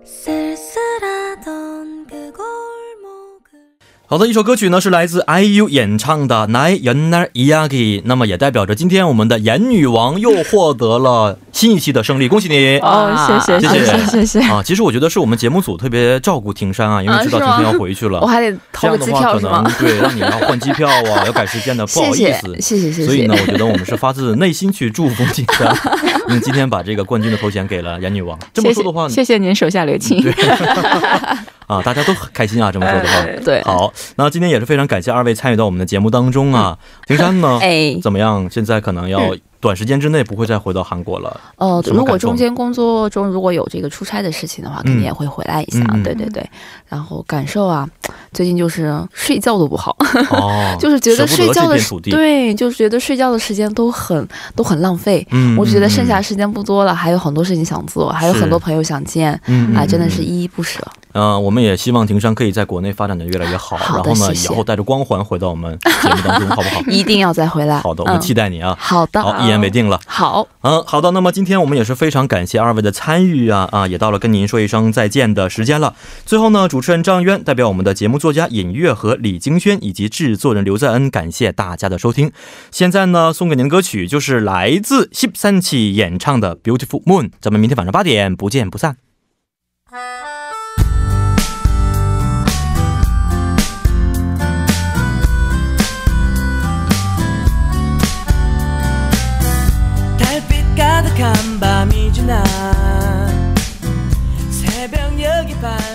F: 쓸쓸하던 그 골목을
A: 好的，一首歌曲呢是来自 IU 演唱的《나의옛날 이야기》，那么也代表着今天我们的演女王又获得了新一期的胜利，恭喜 你！
C: 哦，谢谢，
A: 谢谢
C: 谢谢，谢谢。
A: 啊，其实我觉得是我们节目组特别照顾庭山啊，因为知道庭山要回去了，
D: 我还得
A: 这
D: 投个
A: 样的
D: 机
A: 话
D: 票
A: 可
D: 是吗
A: 能？对让你要换机票 啊，要改时间的，不好
D: 谢
A: 意
D: 谢
A: 思，。
D: 谢谢，谢谢。
A: 所以呢，我觉得我们是发自内心去祝福庭 山，嗯，今天把这个冠军的头衔给了演女王。这么说的话，
C: 谢谢谢谢您手下留情。
A: 啊，大家都很开心啊，这么说的话。
D: 哎对，
A: 好，那今天
D: 嗯
A: 也是非常感谢二位参与到我们的节目当中啊。平山呢，
D: 哎，嗯
A: 怎么样？现在可能要短时间之内不会再回到韩国 了。
D: 呃，
A: 什么
D: 如果
A: 感受
D: 中间工作中如果有这个出差的事情的话，肯定也会回来一下。
A: 嗯嗯
D: 对对对，然后感受啊，最近就是睡觉都不好，，
A: 哦
D: 就是觉得
A: 舍不
D: 睡觉
A: 这
D: 的
A: 片
D: 时
A: 土地，
D: 对，就是觉得睡觉的时间都很都很浪费。
A: 嗯，
D: 我觉得剩下
A: 嗯
D: 时间不多了，还有很多事情想做，还有很多朋友想见，
A: 嗯
D: 啊，
A: 嗯
D: 真的是依依不舍。
A: 呃，我们也希望庭山可以在国内发展的越来越好，
D: 好
A: 然
D: 的
A: 后呢，
D: 谢谢
A: 以后带着光环回到我们节目当中，好不 好？
D: 一定要再回来。
A: 好的，我们
D: 嗯
A: 期待你啊。
D: 好的，嗯
A: 好，一言为定了。
D: 好，
A: 嗯，好的。那么今天我们也是非常感谢二位的参与啊啊，也到了跟您说一声再见的时间了。最后呢，主持人张渊代表我们的节目作家尹月和李京轩以及制作人刘在恩，感谢大家的收听。现在呢，送给您的歌曲就是来自 s h i p s a n c h 演唱的《Beautiful Moon》。咱们明天晚上八点不见不散。
G: 달빛 가득한 밤이 지나 새벽녘이 밝아